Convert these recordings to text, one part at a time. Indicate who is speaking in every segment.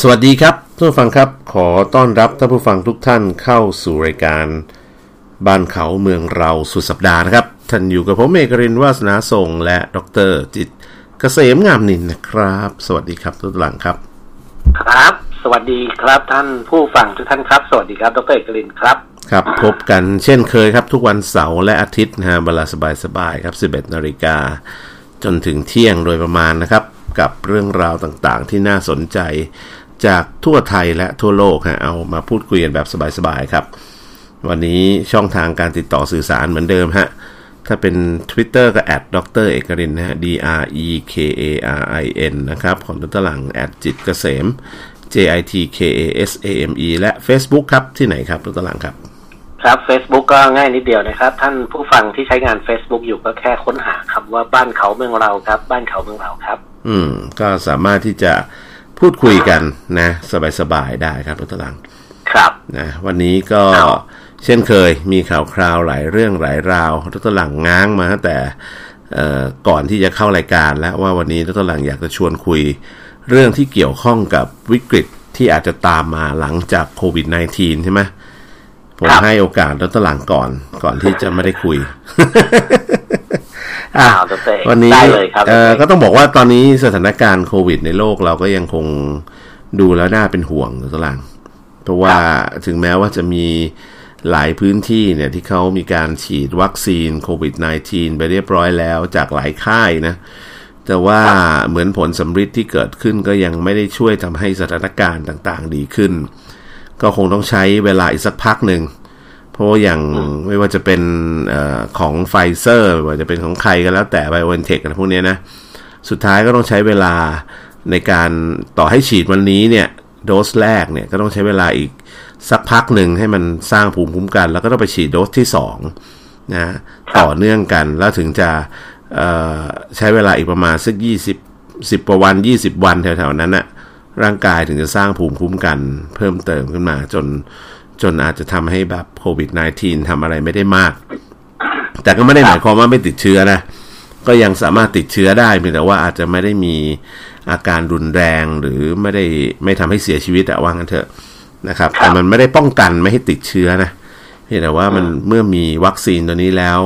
Speaker 1: สวัสดีครับท่านผู้ฟังครับ ขอต้อนรับท่านผู้ฟังทุกท่านเข้าสู่รายการ บ้านเขาเมืองเราสุดสัปดาห์นะครับท่านอยู่กับผมเอกรินทร์วาสนาส่งและดรจิตรเกษมงามนินทร์นะครับ สวัสดีครับทุกหลังครับ
Speaker 2: ครับ สวัสดีครับท่านผู้ฟังทุกท่านครับ สวัสดีครับ ดรเอกลินครับ
Speaker 1: ครับพบกันเช่นเคยครับทุกวันเสาร์และอาทิตย์นะฮะเวลาสบายๆครับ 11นาฬิกาจนถึงเที่ยงโดยประมาณนะครับ กับเรื่องราวต่างๆ ที่น่าสนใจจากทั่วไทยและทั่วโลกฮะเอามาพูดคุยกันแบบสบายๆครับ วันนี้ช่องทางการติดต่อสื่อสารเหมือนเดิมฮะ ถ้าเป็น Twitter ก็แอดดรเอกรินนะฮะ D R E K A R I N นะครับ ของดรหลังแอดจิตรเกษม J I T K A S A M E และ Facebook ครับ ที่ไหนครับดรหลังครับ
Speaker 2: ครับ Facebook ก็ง่ายนิดเดียวนะครับ ท่านผู้ฟังที่ใช้งาน Facebook อยู่ก็แค่ค้นหาคำว่าบ้านเขาเมืองเราครับ บ้านเขาเมืองเราครับ
Speaker 1: อืม ก็สามารถที่จะพูดคุยกันนะ สบายๆ ได้ครับดรหลัง
Speaker 2: ครับ
Speaker 1: นะวันนี้ก็เช่นเคยมีข่าวคราวหลายเรื่องหลายราวดรหลังง้างมาตั้งแต่เอ่อก่อนที่จะเข้ารายการแล้วว่าวันนี้ดรหลังอยากจะชวนคุย เรื่องที่เกี่ยวข้องกับวิกฤตที่อาจจะตามมาหลังจากโควิด -19 ใช่ไหมผม
Speaker 2: ครับ
Speaker 1: ให้โอกาสดรหลังก่อนก่อนที่จะไม่ได้คุย
Speaker 2: อ้าวดรเอก
Speaker 1: วันนี้
Speaker 2: ได้เลยครับ
Speaker 1: เอ่อ
Speaker 2: ด
Speaker 1: ก็
Speaker 2: รเอก
Speaker 1: ต้องบอกว่าตอนนี้สถานการณ์โควิดในโลกเราก็ยังคงดูแล้วน่าเป็นห่วงนะตวหลังเพราะว่าถึงแม้ว่าจะมีหลายพื้นที่เนี่ยที่เขามีการฉีดวัคซีนโควิด -19 ไปเรียบร้อยแล้วจากหลายค่ายนะ แต่ว่าเหมือนผลสำฤทธิ์ที่เกิดขึ้นก็ยังไม่ได้ช่วยทำให้สถานการณ์ต่างๆ ดีขึ้น ก็คงต้องใช้เวลาอีกสักพักหนึ่ง เพราะว่าอย่างไม่ว่าจะเป็นเออของไฟเซอร์ไม่ว่าจะเป็นของใครก็แล้วแต่ไบโอเอนเทคอะไรพวกเนี้ยนะ สุดท้ายก็ต้องใช้เวลาในการต่อให้ฉีดวันนี้เนี่ยโดสแรกเนี่ยก็ต้องใช้เวลาอีกสักพักหนึ่งให้มันสร้างภูมิคุ้มกัน แล้วก็ต้องไปฉีดโดสที่สองนะต่อเนื่องกันแล้วถึงจะเอ่อใช้เวลาอีกประมาณสักยี่สิบสิบกว่าวันยี่สิบวันแถวๆนั้นน่ะร่างกายถึงจะสร้างภูมิคุ้มกันเพิ่มเติมขึ้นมาจน จนอาจจะทำให้แบบโควิด -19 ทำอะไรไม่ได้มาก แต่ก็ไม่ได้หมายความว่าไม่ติดเชื้อนะ ก็ยังสามารถติดเชื้อได้เพียงแต่ว่าอาจจะไม่ได้มีอาการรุนแรงหรือไม่ได้ไม่ทำให้เสียชีวิตอะว่างั้นเถอะนะครับ แต่มันไม่ได้ป้องกันไม่ให้ติดเชื้อนะเพียงแต่ว่ามันเมื่อมีวัคซีนตัวนี้แล้ว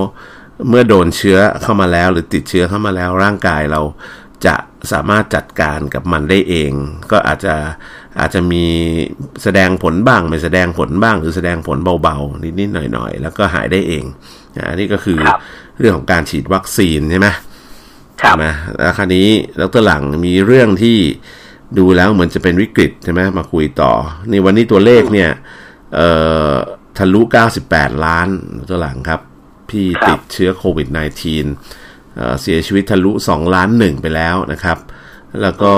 Speaker 1: เมื่อโดนเชื้อเข้ามาแล้ว หรือติดเชื้อเข้ามาแล้วร่างกายเราจะสามารถจัดการกับมันได้เอง ก็อาจจะอาจจะมีแสดงผลบ้าง ไม่แสดงผลบ้าง หรือแสดงผลเบาๆ นิดๆหน่อยๆ แล้วก็หายได้เองอ่ะอันนี้ก็คือเรื่องของการฉีดวัคซีนใช่ไหม
Speaker 2: ครับ
Speaker 1: นะแล้วคราวนี้ดรหลังมีเรื่องที่ดูแล้วเหมือนจะเป็นวิกฤตใช่ไหมมาคุยต่อ นี่วันนี้ตัวเลขเนี่ยเอ่อทะลุ 98 ล้านดรหลังครับพี่
Speaker 2: ครับ
Speaker 1: ติดเชื้อโควิด -19 เอ่อเสียชีวิตทะลุ 2 ล้านหนึ่งไปแล้วนะครับ แล้วก็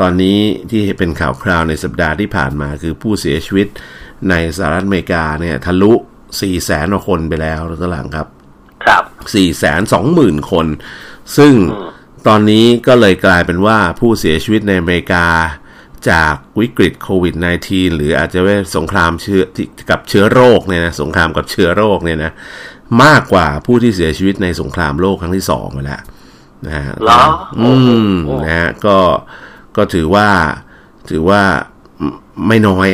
Speaker 1: ตอนนี้ที่เป็นข่าวคราวในสัปดาห์ที่ผ่านมาคือผู้เสียชีวิตในสหรัฐอเมริกาเนี่ยทะลุ 4 แสนกว่าคนไปแล้วดรหลังครับ
Speaker 2: ครับ
Speaker 1: 4 2 0 0 0 0 คน ซึ่งตอนนี้ก็เลยกลายเป็นว่าผู้เสียชีวิตในอเมริกา จากวิกฤตโควิด -19 หรืออาจจะเป็นสงครามเชื้อที่กับเชื้อโรคเนี่ยนะสงครามกับเชื้อโรคเนี่ยนะมากกว่าผู้ที่เสียชีวิตในสงครามโลกครั้งที่สองไปแล้วนะฮะ
Speaker 2: เหรอ
Speaker 1: อืม
Speaker 2: โอ้
Speaker 1: นะฮะก็ก็ถือว่าถือว่าไม่ไม่น้อย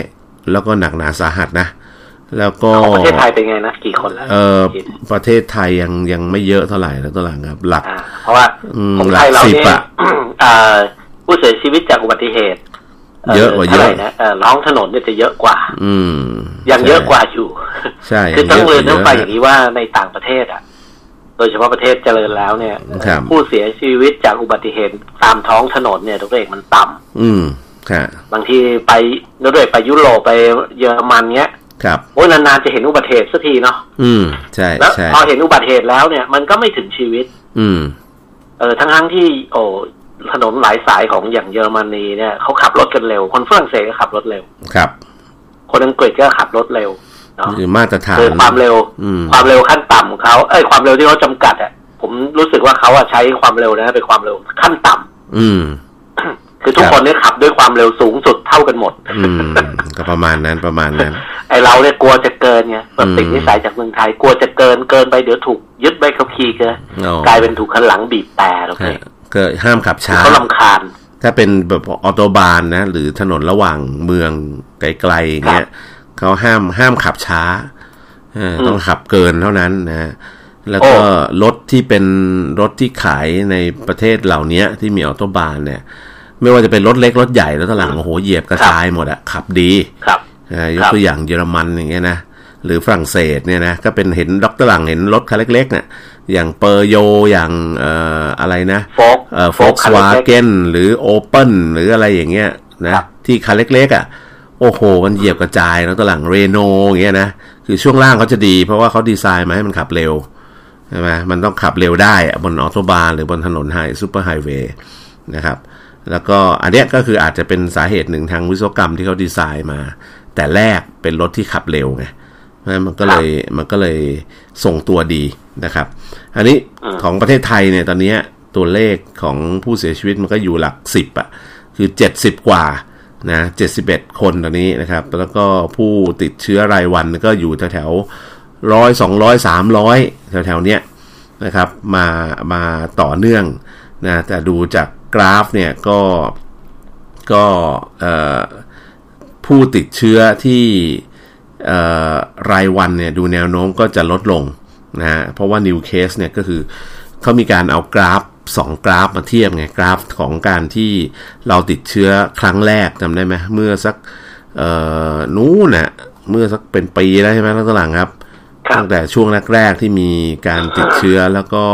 Speaker 1: แล้วก็หนักหนาสาหัสนะ แล้วก็
Speaker 2: ของประเทศไทยเป็นไงนะ กี่คนแล้ว
Speaker 1: เออประเทศไทยยังยังไม่เยอะเท่าไหร่นะตัวหลังครับ หลัก
Speaker 2: อ่าเพราะว่า
Speaker 1: อืม
Speaker 2: ของไทย
Speaker 1: ห
Speaker 2: เรา
Speaker 1: ลักสิบ
Speaker 2: เนี่ย
Speaker 1: อะ
Speaker 2: อ่าผู้เสียชีวิตจากอุบัติเหตุ
Speaker 1: เยอะกว่าเยอะ
Speaker 2: ท่ไหร่นะเอ่อร้องถนนเนี่ยจะเยอะกว่า
Speaker 1: อืม
Speaker 2: ยังเยอะกว่าอยู่
Speaker 1: ใช่
Speaker 2: คือต้องเรียนต้องไป
Speaker 1: ะ
Speaker 2: อย่างนี้ว่าในต่างประเทศอ่ะ โดยเฉพาะประเทศเจริญแล้วเนี่ย
Speaker 1: ครับ
Speaker 2: ผู้เสียชีวิตจากอุบัติเหตุตามท้องถนนเนี่ยตัวเองมันต่ำ
Speaker 1: อืมค่ะ
Speaker 2: บางทีไปนักเรียนไปยุโรปไปเยอรมันเนี้ย
Speaker 1: ครับ
Speaker 2: โอ้ยนานๆจะเห็นอุบัติเหตุสักทีเนาะ
Speaker 1: อืมใช่
Speaker 2: แล้ว
Speaker 1: ใช่
Speaker 2: พอเห็นอุบัติเหตุแล้วเนี่ยมันก็ไม่ถึงชีวิต
Speaker 1: อืม
Speaker 2: เออทั้งทั้งๆที่ โอ้ถนนหลายสายของอย่างเยอรมนีเนี่ยเขาขับรถกันเร็ว คนฝรั่งเศสก็ขับรถเร็ว
Speaker 1: ครับ
Speaker 2: คนอังกฤษก็ขับรถเร็วเนาะ
Speaker 1: คือมาตรฐาน
Speaker 2: คือความเร็ว
Speaker 1: อืม
Speaker 2: ความเร็วขั้นต่ำของเขาเอ้ยความเร็วที่เขาจำกัดอ่ะ ผมรู้สึกว่าเขาอะใช้ความเร็วนะเป็นความเร็วขั้นต่ำ
Speaker 1: อืม
Speaker 2: คือทุก
Speaker 1: ครับ
Speaker 2: คนเนี่ยขับด้วยความเร็วสูงสุดเท่ากันหมด
Speaker 1: อืมก็ประมาณนั้นประมาณนั้น
Speaker 2: ไอเราเนี่ยกลัวจะเกินไงแบบติด
Speaker 1: อืม
Speaker 2: นิสัยจากเมืองไทยกลัวจะเกินเกินไปเดี๋ยวถูกยึดใบขับขี่เกิน
Speaker 1: อ๋อก
Speaker 2: ลายเป็นถูกคันหลังบีบแต่โอเค
Speaker 1: ฮะก็ห้ามขับช้า
Speaker 2: เขาลำคาญ
Speaker 1: ถ้าเป็นแบบออโตบานนะ หรือถนนระหว่างเมืองไกลๆอย่างเงี้ยเขาห้ามห้ามขับช้าเออต้องขับเกินเท่านั้นนะฮะแล้วก็รถที่เป็นรถที่ขายในประเทศเหล่านี้ที่มีออโตบานเนี่ย ไม่ว่าจะเป็นรถเล็กรถใหญ่แล้วตอนหลังโอ้โหเหยียบกระจายหมดอะขับดี
Speaker 2: ครับ
Speaker 1: อ่าย
Speaker 2: ค
Speaker 1: ก
Speaker 2: รับ
Speaker 1: ตัวอย่างเยอรมันอย่างเงี้ยนะหรือฝรั่งเศสเนี่ยนะก็เป็นเห็นด็อกเตอร์หลังเห็นรถคันเล็กๆเนี่ยอย่างเปอร์โยอย่างเอ่ออะไรนะ
Speaker 2: Folk
Speaker 1: เอ่อโฟก
Speaker 2: Folk คัน
Speaker 1: วา
Speaker 2: เล็ก
Speaker 1: เกนหรือโอเปนหรืออะไรอย่างเงี้ยนะครับ ที่คันเล็กๆอ่ะโอ้โห มันเหยียบกระจายแล้วตอนหลังเรโนอย่างเงี้ยนะคือช่วงล่างเขาจะดี เพราะว่าเขาดีไซน์มาให้มันขับเร็วใช่ไหมมันต้องขับเร็วได้อะบนออโตบานหรือบนถนนไฮซูเปอร์ไฮเวย์นะครับ แล้วก็อันเนี้ยก็คืออาจจะเป็นสาเหตุหนึ่งทางวิศวกรรมที่เขาดีไซน์มา แต่แรกเป็นรถที่ขับเร็วไงเพราะฉะนั้นมันก็เลยมันก็เลยส่งตัวดีนะครับ อันนี้
Speaker 2: อืม
Speaker 1: ของประเทศไทยเนี่ยตอนเนี้ยตัวเลขของผู้เสียชีวิตมันก็อยู่หลักสิบอ่ะคือเจ็ดสิบกว่านะเจ็ดสิบเอ็ดคนตอนนี้นะครับ แล้วก็ผู้ติดเชื้อรายวันก็อยู่แถวๆร้อยสองร้อยสามร้อยแถวๆเนี้ย นะครับมามาต่อเนื่องนะแต่ดูจากกราฟเนี่ยก็ก็เอ่อผู้ติดเชื้อที่เอ่อรายวันเนี่ยดูแนวโน้มก็จะลดลงนะฮะเพราะว่า new case เนี่ยก็คือเขามีการเอากราฟ 2 กราฟมาเทียบไงกราฟของการที่เราติดเชื้อครั้งแรกจำได้ไหมเมื่อสักเอ่อนู้นน่ะเมื่อสักเป็นปีแล้วใช่ไหมแล้วตอนหลังครับ
Speaker 2: ครับ
Speaker 1: ตั้งแต่ช่วงแรกๆที่มีการติดเชื้อแล้วก็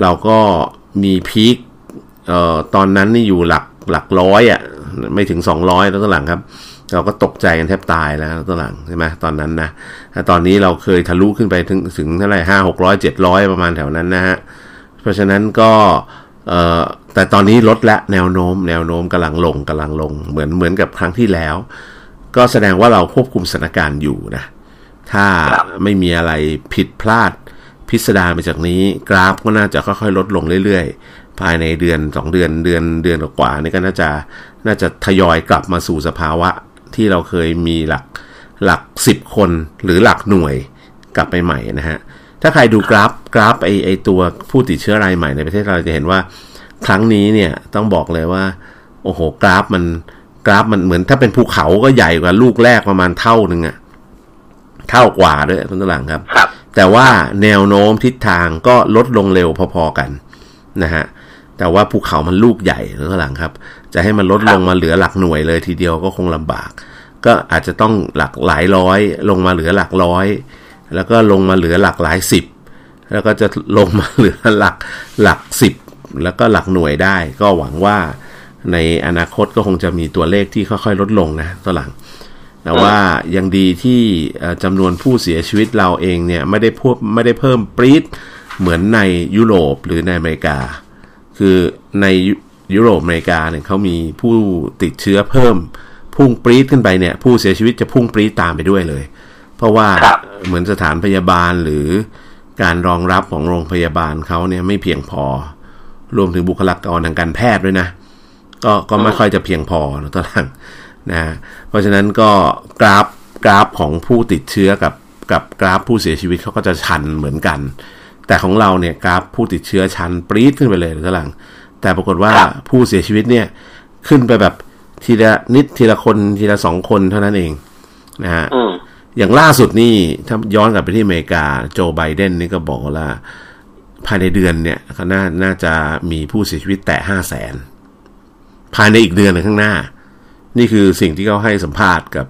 Speaker 1: เราก็มีพีคเอ่อตอนนั้นนี่อยู่หลักหลักร้อยอ่ะไม่ถึง 200 แล้วตอนหลังครับ เราก็ตกใจกันแทบตายแล้วตอนหลังใช่ไหมตอนนั้นนะแต่ตอนนี้เราเคยทะลุขึ้นไปถึงถึงเท่าไหร่ห้าหกร้อยเจ็ดร้อยประมาณแถวนั้นนะฮะ เพราะฉะนั้นก็เอ่อแต่ตอนนี้ลดละแนวโน้ม แนวโน้มกำลังลงกำลังลงเหมือนเหมือนกับครั้งที่แล้ว ก็แสดงว่าเราควบคุมสถานการณ์อยู่นะ ถ้า
Speaker 2: ครับ
Speaker 1: ไม่มีอะไรผิดพลาดพิสดารไปจากนี้ กราฟก็น่าจะค่อยๆลดลงเรื่อยๆ ภายในเดือนสองเดือนเดือนเดือนกว่าๆนี่ก็น่าจะน่าจะทยอยกลับมาสู่สภาวะที่เราเคยมีหลักหลักสิบคนหรือหลักหน่วยกลับไปใหม่นะฮะ ถ้าใครดูกราฟกราฟไอไอตัวผู้ติดเชื้อรายใหม่ในประเทศเราจะเห็นว่า ครั้งนี้เนี่ยต้องบอกเลยว่า โอ้โห กราฟมันกราฟมันเหมือนถ้าเป็นภูเขาก็ใหญ่กว่าลูกแรกประมาณเท่าหนึ่งอะเท่ากว่าด้วยคุณตลังครับ
Speaker 2: ครับ
Speaker 1: แต่ว่าแนวโน้มทิศทางก็ลดลงเร็วพอๆกันนะฮะแต่ว่าภูเขามันลูกใหญ่หรือหลังครับ จะให้มันลดลงมาเหลือหลักหน่วยเลยทีเดียวก็คงลำบาก ก็อาจจะต้องหลักหลายร้อย ลงมาเหลือหลักร้อย แล้วก็ลงมาเหลือหลักหลายสิบ แล้วก็จะลงมาเหลือหลักหลักสิบแล้วก็หลักหน่วยได้ ก็หวังว่าในอนาคตก็คงจะมีตัวเลขที่ค่อยๆ ลดลงนะตัวหลัง แต่ว่ายังดีที่เอ่อจำนวนผู้เสียชีวิตเราเองเนี่ยไม่ได้พวบไม่ได้เพิ่มปรี๊ดเหมือนในยุโรปหรือในอเมริกา คือในยุยุโรปอเมริกาเนี่ยเขามีผู้ติดเชื้อเพิ่มพุ่งปรี๊ดขึ้นไปเนี่ย ผู้เสียชีวิตจะพุ่งปรี๊ดตามไปด้วยเลย เพราะว่า
Speaker 2: ครับ
Speaker 1: เหมือนสถานพยาบาลหรือการรองรับของโรงพยาบาลเขาเนี่ยไม่เพียงพอ รวมถึงบุคลากรทางการแพทย์ด้วยนะ ก็ก็ไม่ค่อยจะเพียงพอนะตอนหลังนะฮะเพราะฉะนั้นก็กราฟกราฟของผู้ติดเชื้อกับกับกราฟผู้เสียชีวิตเขาก็จะชันเหมือนกัน แต่ของเราเนี่ยกราฟผู้ติดเชื้อชันปรี๊ดขึ้นไปเลยนะตอนหลัง แต่ปรากฏว่า
Speaker 2: ครับ
Speaker 1: ผู้เสียชีวิตเนี่ยขึ้นไปแบบทีละนิดทีละคนทีละสองคนเท่านั้นเองนะฮะ
Speaker 2: อืม
Speaker 1: อย่างล่าสุดนี่ถ้าย้อนกลับไปที่อเมริกาโจไบเดนนี่ก็บอกว่า ภายในเดือนเนี่ยเขาน่าน่าจะมีผู้เสียชีวิตแตะห้าแสนภายในอีกเดือนหนึ่งข้างหน้า นี่คือสิ่งที่เขาให้สัมภาษณ์กับ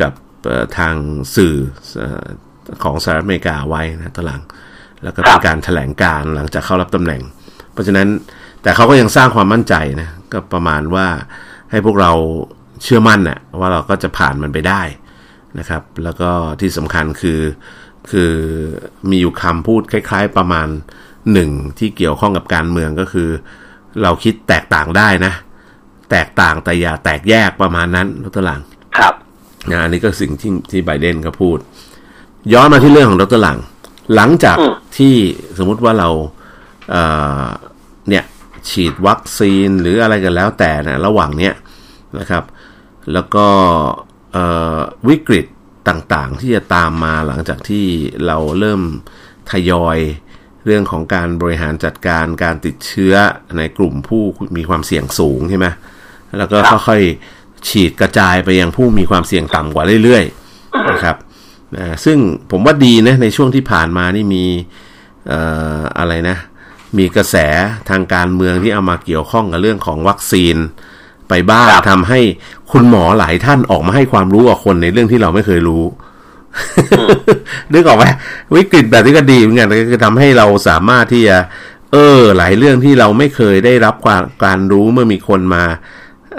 Speaker 1: กับเอ่อทางสื่อเอ่อของสหรัฐอเมริกาไว้นะตอนหลัง แล้วก็เป็
Speaker 2: คน รับ
Speaker 1: การถแถลงการหลังจากเข้ารับตำแหน่ง เพราะฉะนั้นแต่เขาก็ยังสร้างความมั่นใจนะก็ประมาณว่าให้พวกเราเชื่อมั่นนะว่าเราก็จะผ่านมันไปได้ นะครับแล้วก็ที่สำคัญคือคือมีอยู่คำพูดคล้าย ๆ ประมาณหนึ่งที่เกี่ยวข้องกับการเมืองก็คือ เราคิดแตกต่างได้นะ แตกต่างแต่อย่าแตกแยกประมาณนั้นดรหลัง
Speaker 2: ครับ
Speaker 1: นะอันนี้ก็สิ่งที่ที่ไบเดนเขาพูด ย้อนมาที่เรื่องของดรหลัง หลังจาก
Speaker 2: อืม
Speaker 1: ที่สมมุติว่าเราเอ่อเนี่ยฉีดวัคซีนหรืออะไรกันแล้วแต่นะระหว่างเนี้ยนะครับ แล้วก็เอ่อวิกฤตต่างๆ ที่จะตามมาหลังจากที่เราเริ่มทยอย เรื่องของการบริหารจัดการการติดเชื้อในกลุ่มผู้มีความเสี่ยงสูงใช่ไหมแล้วก็
Speaker 2: ครับ
Speaker 1: ค่อยๆฉีดกระจายไปยังผู้มีความเสี่ยงต่ำกว่าเรื่อยๆนะครับอ่าซึ่งผมว่าดีนะในช่วงที่ผ่านมานี่มีเอ่ออะไรนะ มีกระแสทางการเมืองที่เอามาเกี่ยวข้องกับเรื่องของวัคซีน ไปบ้าง
Speaker 2: ครับ
Speaker 1: ทำให้คุณหมอหลายท่านออกมาให้ความรู้กับคนในเรื่องที่เราไม่เคยรู้ นึกออกไหมวิกฤตแบบนี้ก็ดีเหมือนกันก็คือทำให้เราสามารถที่จะ เออ หลายเรื่องที่เราไม่เคยได้รับความการรู้เมื่อมีคนมา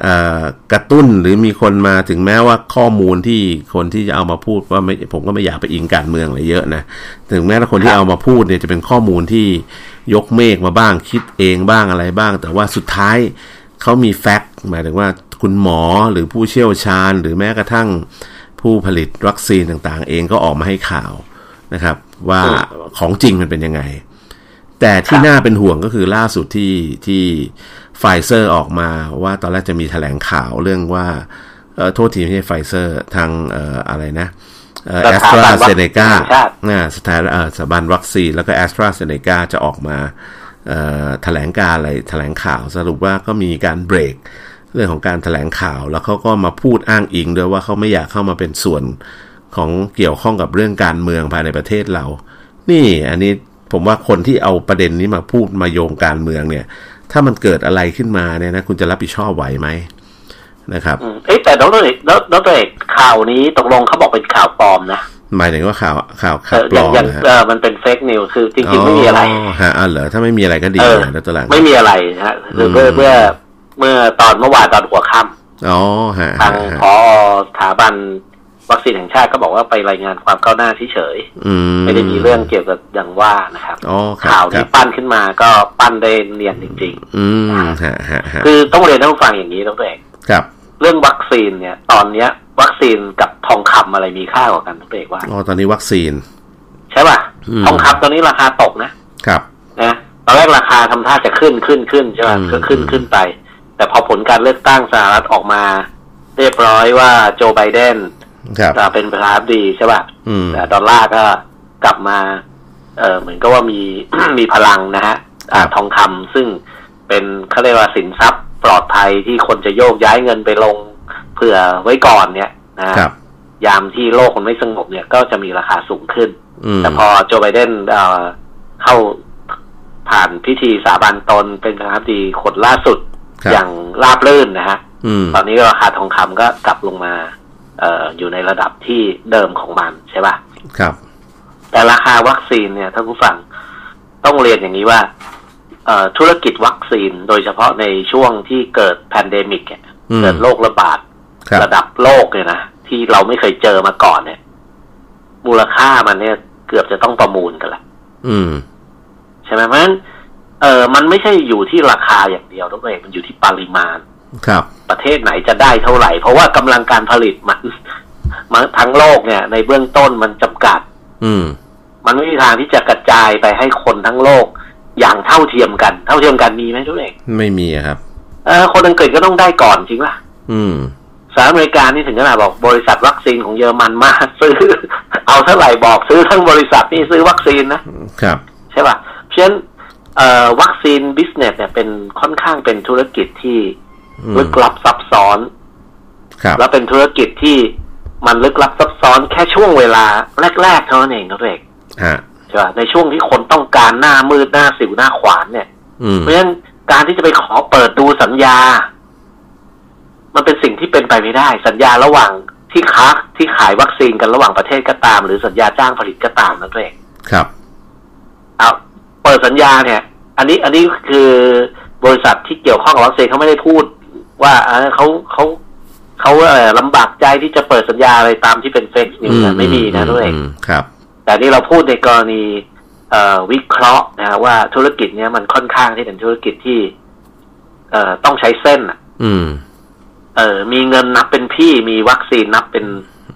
Speaker 1: เอ่อกระตุ้นหรือมีคนมาถึงแม้ว่าข้อมูลที่คนที่จะเอามาพูดว่าไม่ผมก็ไม่อยากไปอิงการเมืองอะไรเยอะนะถึงแม้ว่าคนที่เอามาพูดเนี่ยจะเป็นข้อมูลที่ยกเมฆมาบ้างคิดเองบ้างอะไรบ้าง แต่ว่าสุดท้ายเขามีแฟกต์หมายถึงว่าคุณหมอหรือผู้เชี่ยวชาญ หรือแม้กระทั่ง ผู้ผลิตวัคซีนต่างๆ เองก็ออกมาให้ข่าวนะครับ ว่าของจริงมันเป็นยังไง แต่ที่
Speaker 2: ครับ
Speaker 1: น่าเป็นห่วงก็คือล่าสุดที่ที่ไฟเซอร์ออกมาว่าตอนแรกจะมีแถลงข่าวเรื่องว่าเอ่อโทษทีไม่ใช่ไฟเซอร์ทางเอ่ออะไรนะ
Speaker 2: ส
Speaker 1: แอสต
Speaker 2: ถาบั
Speaker 1: ราน
Speaker 2: วัค
Speaker 1: เซ
Speaker 2: ซีน
Speaker 1: เนกา
Speaker 2: แห่งชาติ
Speaker 1: น่าสถาเอ่อสถาบันวัคซีน แล้วก็แอสตราเซเนกาจะออกมาเอ่อแถลงการอะไรแถลงข่าวสรุปว่าก็มีการเบรก เรื่องของการแถลงข่าวแล้วเขาก็มาพูดอ้างอิงด้วยว่าเขาไม่อยากเข้ามาเป็นส่วนของเกี่ยวข้องกับเรื่องการเมืองภายในประเทศเรา นี่อันนี้ผมว่าคนที่เอาประเด็นนี้มาพูดมาโยงการเมืองเนี่ย ถ้ามันเกิดอะไรขึ้นมาเนี่ยนะคุณจะรับผิดชอบไหวไหมนะครับ
Speaker 2: อืมเอ้ยแต่ดรเอกดรดรเอกข่าวนี้ตกลงเขาบอกเป็นข่าวปลอมนะ
Speaker 1: หมายถึงว่าข่าวข่าว
Speaker 2: เอ
Speaker 1: ข่าว
Speaker 2: อ
Speaker 1: ปล
Speaker 2: ย่า
Speaker 1: อง ม
Speaker 2: อย่าง
Speaker 1: นะฮะ
Speaker 2: เออมันเป็นเฟกนิวคือจริงๆไม่มีอะไร
Speaker 1: ฮะอ่าเหรอถ้าไม่มีอะไรก็ดี
Speaker 2: เออ
Speaker 1: นะตัวหลัง
Speaker 2: ไม่มีอะไรนะฮะคือเมื่อเมื่อเมื่อตอนเมื่อวานตอนหัวค่ำ
Speaker 1: อ๋อฮะ
Speaker 2: ทา
Speaker 1: ฮะ
Speaker 2: ง
Speaker 1: ฮะ
Speaker 2: พอสถาบันวัคซีนแห่งชาติก็บอกว่าไปรายงานความก้าวหน้าเฉย
Speaker 1: อืม
Speaker 2: ๆไม่ได้มีเรื่องเกี่ยวกับอย่างว่านะครับ
Speaker 1: อ๋อครับ
Speaker 2: ข่าว
Speaker 1: ครั
Speaker 2: นี้
Speaker 1: บ
Speaker 2: ปั้นขึ้นมาก็ปั้นได้เนียนจริง
Speaker 1: อืมฮะฮะฮะ
Speaker 2: ๆ คือต้องเรียนท่านผู้ฟังอย่างนี้ต้องเอก
Speaker 1: ครับ
Speaker 2: เรื่องวัคซีนเนี่ย ตอนเนี้ย วัคซีนกับทองคำอะไรมีค่ากว่ากันต้องเอกว่า
Speaker 1: อ๋อตอนนี้วัคซีน
Speaker 2: ใช่ป่ะ
Speaker 1: อืม
Speaker 2: ทองคำตอนนี้ราคาตกนะครับ นะตอนแรกราคาทำท่าจะขึ้นขึ้นขึ้นใช่ป่ะ
Speaker 1: อืม
Speaker 2: ก็ขึ้นขึ้นไป แต่พอผลการเลือกตั้งสหรัฐออกมา เรียบร้อยว่าโจไบเดน
Speaker 1: ครับ
Speaker 2: อ่าเป็นประธานาธิบดีใช่ป่ะ
Speaker 1: อืม
Speaker 2: แต่ดอลลาร์ก็กลับมาเออเหมือนก็ว่ามี มีพลังนะฮะอ่า
Speaker 1: ครับ
Speaker 2: ทองคำซึ่งเป็นเขาเรียกว่าสินทรัพย์ปลอดภัยที่คนจะโยกย้ายเงินไปลงเผื่อไว้ก่อนเนี่ยนะฮะ
Speaker 1: ครับ
Speaker 2: ยามที่โลกมันไม่สงบเนี่ยก็จะมีราคาสูงขึ้น
Speaker 1: อืม
Speaker 2: แต่พอโจไบเดนเอ่อเข้าผ่านพิธีสาบานตนเป็นประธานาธิบดีคนล่าสุด
Speaker 1: ครับ
Speaker 2: อย่างราบรื่นนะฮะ
Speaker 1: อืม
Speaker 2: ตอนนี้ราคาทองคำก็กลับลงมาเอออยู่ในระดับที่เดิมของมันใช่ป่ะ
Speaker 1: ครับ
Speaker 2: แต่ราคาวัคซีนเนี่ยท่านผู้ฟังต้องเรียนอย่างนี้ว่าเอ่อธุรกิจวัคซีนโดยเฉพาะในช่วงที่เกิดแพนเดมิกเนี่ย
Speaker 1: อืม
Speaker 2: เกิดโรคระบาด
Speaker 1: ครับ
Speaker 2: ระดับโลกเนี่ยนะที่เราไม่เคยเจอมาก่อนเนี่ย มูลค่ามันเนี่ยเกือบจะต้องประมูลกันละ
Speaker 1: อืม
Speaker 2: ใช่ไหมเพราะฉะนั้นเออมันไม่ใช่อยู่ที่ราคาอย่างเดียวทุกเองมันอยู่ที่ปริมาณ
Speaker 1: ครับ
Speaker 2: ประเทศไหนจะได้เท่าไหร่ เพราะว่ากำลังการผลิตมันมันทั้งโลกเนี่ย ในเบื้องต้นมันจำกัด
Speaker 1: อืม
Speaker 2: มันไม่มีทางที่จะกระจายไปให้คนทั้งโลก อย่างเท่าเทียมกัน เท่าเทียมกันมีไหมทุกเอก
Speaker 1: ไม่มีอะครับ
Speaker 2: เออคนอังกฤษก็ต้องได้ก่อนจริงป่ะ
Speaker 1: อืม
Speaker 2: สหรัฐอเมริกานี่ถึงขนาดบอกบริษัทวัคซีนของเยอรมันมาซื้อ เอาเท่าไหร่บอกซื้อทั้งบริษัทนี่ซื้อวัคซีนนะ
Speaker 1: ครับ
Speaker 2: ใช่ป่ะ เพราะฉะนั้นเอ่อวัคซีนบิสเนสเนี่ยเป็นค่อนข้างเป็นธุรกิจที่
Speaker 1: อืม
Speaker 2: ลึกลับซับซ้อน
Speaker 1: ครับ
Speaker 2: แล้วเป็นธุรกิจที่มันลึกลับซับซ้อนแค่ช่วงเวลาแรก ๆ เท่านั้นเองนะเอก
Speaker 1: ฮะ
Speaker 2: ใช่ป่ะในช่วงที่คนต้องการหน้ามืดหน้าสิวหน้าขวานเนี่ย
Speaker 1: อืม
Speaker 2: เพราะฉะนั้นการที่จะไปขอเปิดดูสัญญา มันเป็นสิ่งที่เป็นไปไม่ได้ สัญญาระหว่างที่ค้าที่ขายวัคซีนกันระหว่างประเทศก็ตาม หรือสัญญาจ้างผลิตก็ตามนะเอก
Speaker 1: ครับ
Speaker 2: เอาเปิดสัญญาเนี่ย อันนี้อันนี้คือบริษัทที่เกี่ยวข้องกับวัคซีนเขาไม่ได้พูด ว่าเออเขาเขาเขาเอ่อลำบากใจที่จะเปิดสัญญาอะไรตามที่เป็นเฟกนิวส์ไม่มีนะทุกเอก
Speaker 1: มครับ
Speaker 2: แต่นี่เราพูดในกรณีเอ่อวิเคราะห์นะฮะว่าธุรกิจเนี้ยมันค่อนข้างที่เป็นธุรกิจที่ เอ่อต้องใช้เส้นอะ
Speaker 1: อืม
Speaker 2: เออมีเงินนับเป็นพี่ มีวัคซีนนับเป็น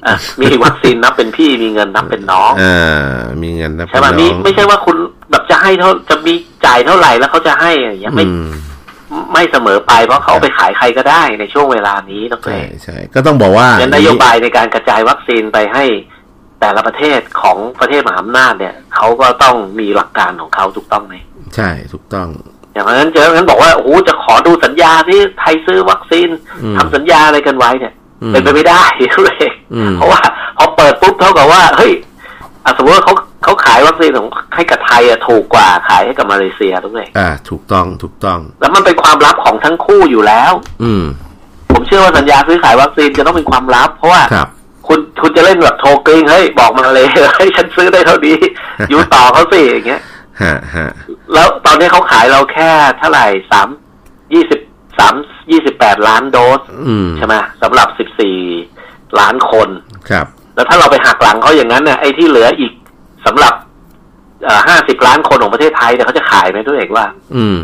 Speaker 2: เอ่อมีวัคซีนนับเป็นพี่ มีเงินนับเป็นน้อง
Speaker 1: อ่า มีเงินนะ
Speaker 2: ใช่ป่ะมีไม่ใช่ว่าคุณแบบจะให้เท่าจะมีจ่ายเท่าไหร่แล้วเขาจะให้อะไรอย่างเงี้ยไม่
Speaker 1: อืม
Speaker 2: ไม่เสมอไปเพราะเขาเอาไปขายใครก็ได้ในช่วงเวลานี้นะเพื่
Speaker 1: ใช่
Speaker 2: อน
Speaker 1: ใช่ ก็ต้องบอกว่า
Speaker 2: ดังนั้นนโยบายในการกระจายวัคซีนไปให้ แ แต่ละประเทศของประเทศมหาอำนาจเนี่ยเขาก็ต้องมีหลักการของเขาถูกต้องไหม
Speaker 1: ใช่ถูกต้อง
Speaker 2: อย่างนั้นเจองั้นบอกว่าโอ้โหจะขอดูสัญญาที่ไทยซื้อวัคซีน
Speaker 1: อืม
Speaker 2: ทำสัญญาอะไรกันไว้เนี่ย
Speaker 1: อืม
Speaker 2: เป็นไปไม่ได้ เลย
Speaker 1: อืม
Speaker 2: เพราะว่าพอเปิดปุ๊บเท่ากับว่าเฮ้ยอ่ะสมมติว่าเขาเขาขายวัคซีนของให้กับไทยอะถูกกว่าขายให้กับมาเลเซียถูกไหม
Speaker 1: อ่า ถูกต้องถูกต้อง
Speaker 2: แล้วมันเป็นความลับของทั้งคู่อยู่แล้ว
Speaker 1: อืม
Speaker 2: ผมเชื่อว่าสัญญาซื้อขายวัคซีนจะต้องเป็นความลับ เพราะว่า
Speaker 1: ครับ
Speaker 2: คุณคุณจะเล่นแบบโทรกลิ้งเฮ้ยบอกมาเลย เฮ้ยฉันซื้อได้เท่า นี้ อยู่ต่อเขาสิอย่างเงี้ย
Speaker 1: ฮะฮะ
Speaker 2: แล้วตอนนี้เขาขายเราแค่เท่าไหร่สามยี่สิบสามยี่สิบแปดล้านโดส
Speaker 1: อืม
Speaker 2: ใช่ไหมสำหรับสิบสี่ล้านคน
Speaker 1: ครับ
Speaker 2: แล้วถ้าเราไปหักหลังเขาอย่างนั้นเนี่ยไอ้ที่เหลืออีกสำหรับห้าสิบล้านคนของประเทศไทยเนี่ยเขาจะขายไหมด้วยเอกว่า
Speaker 1: อืม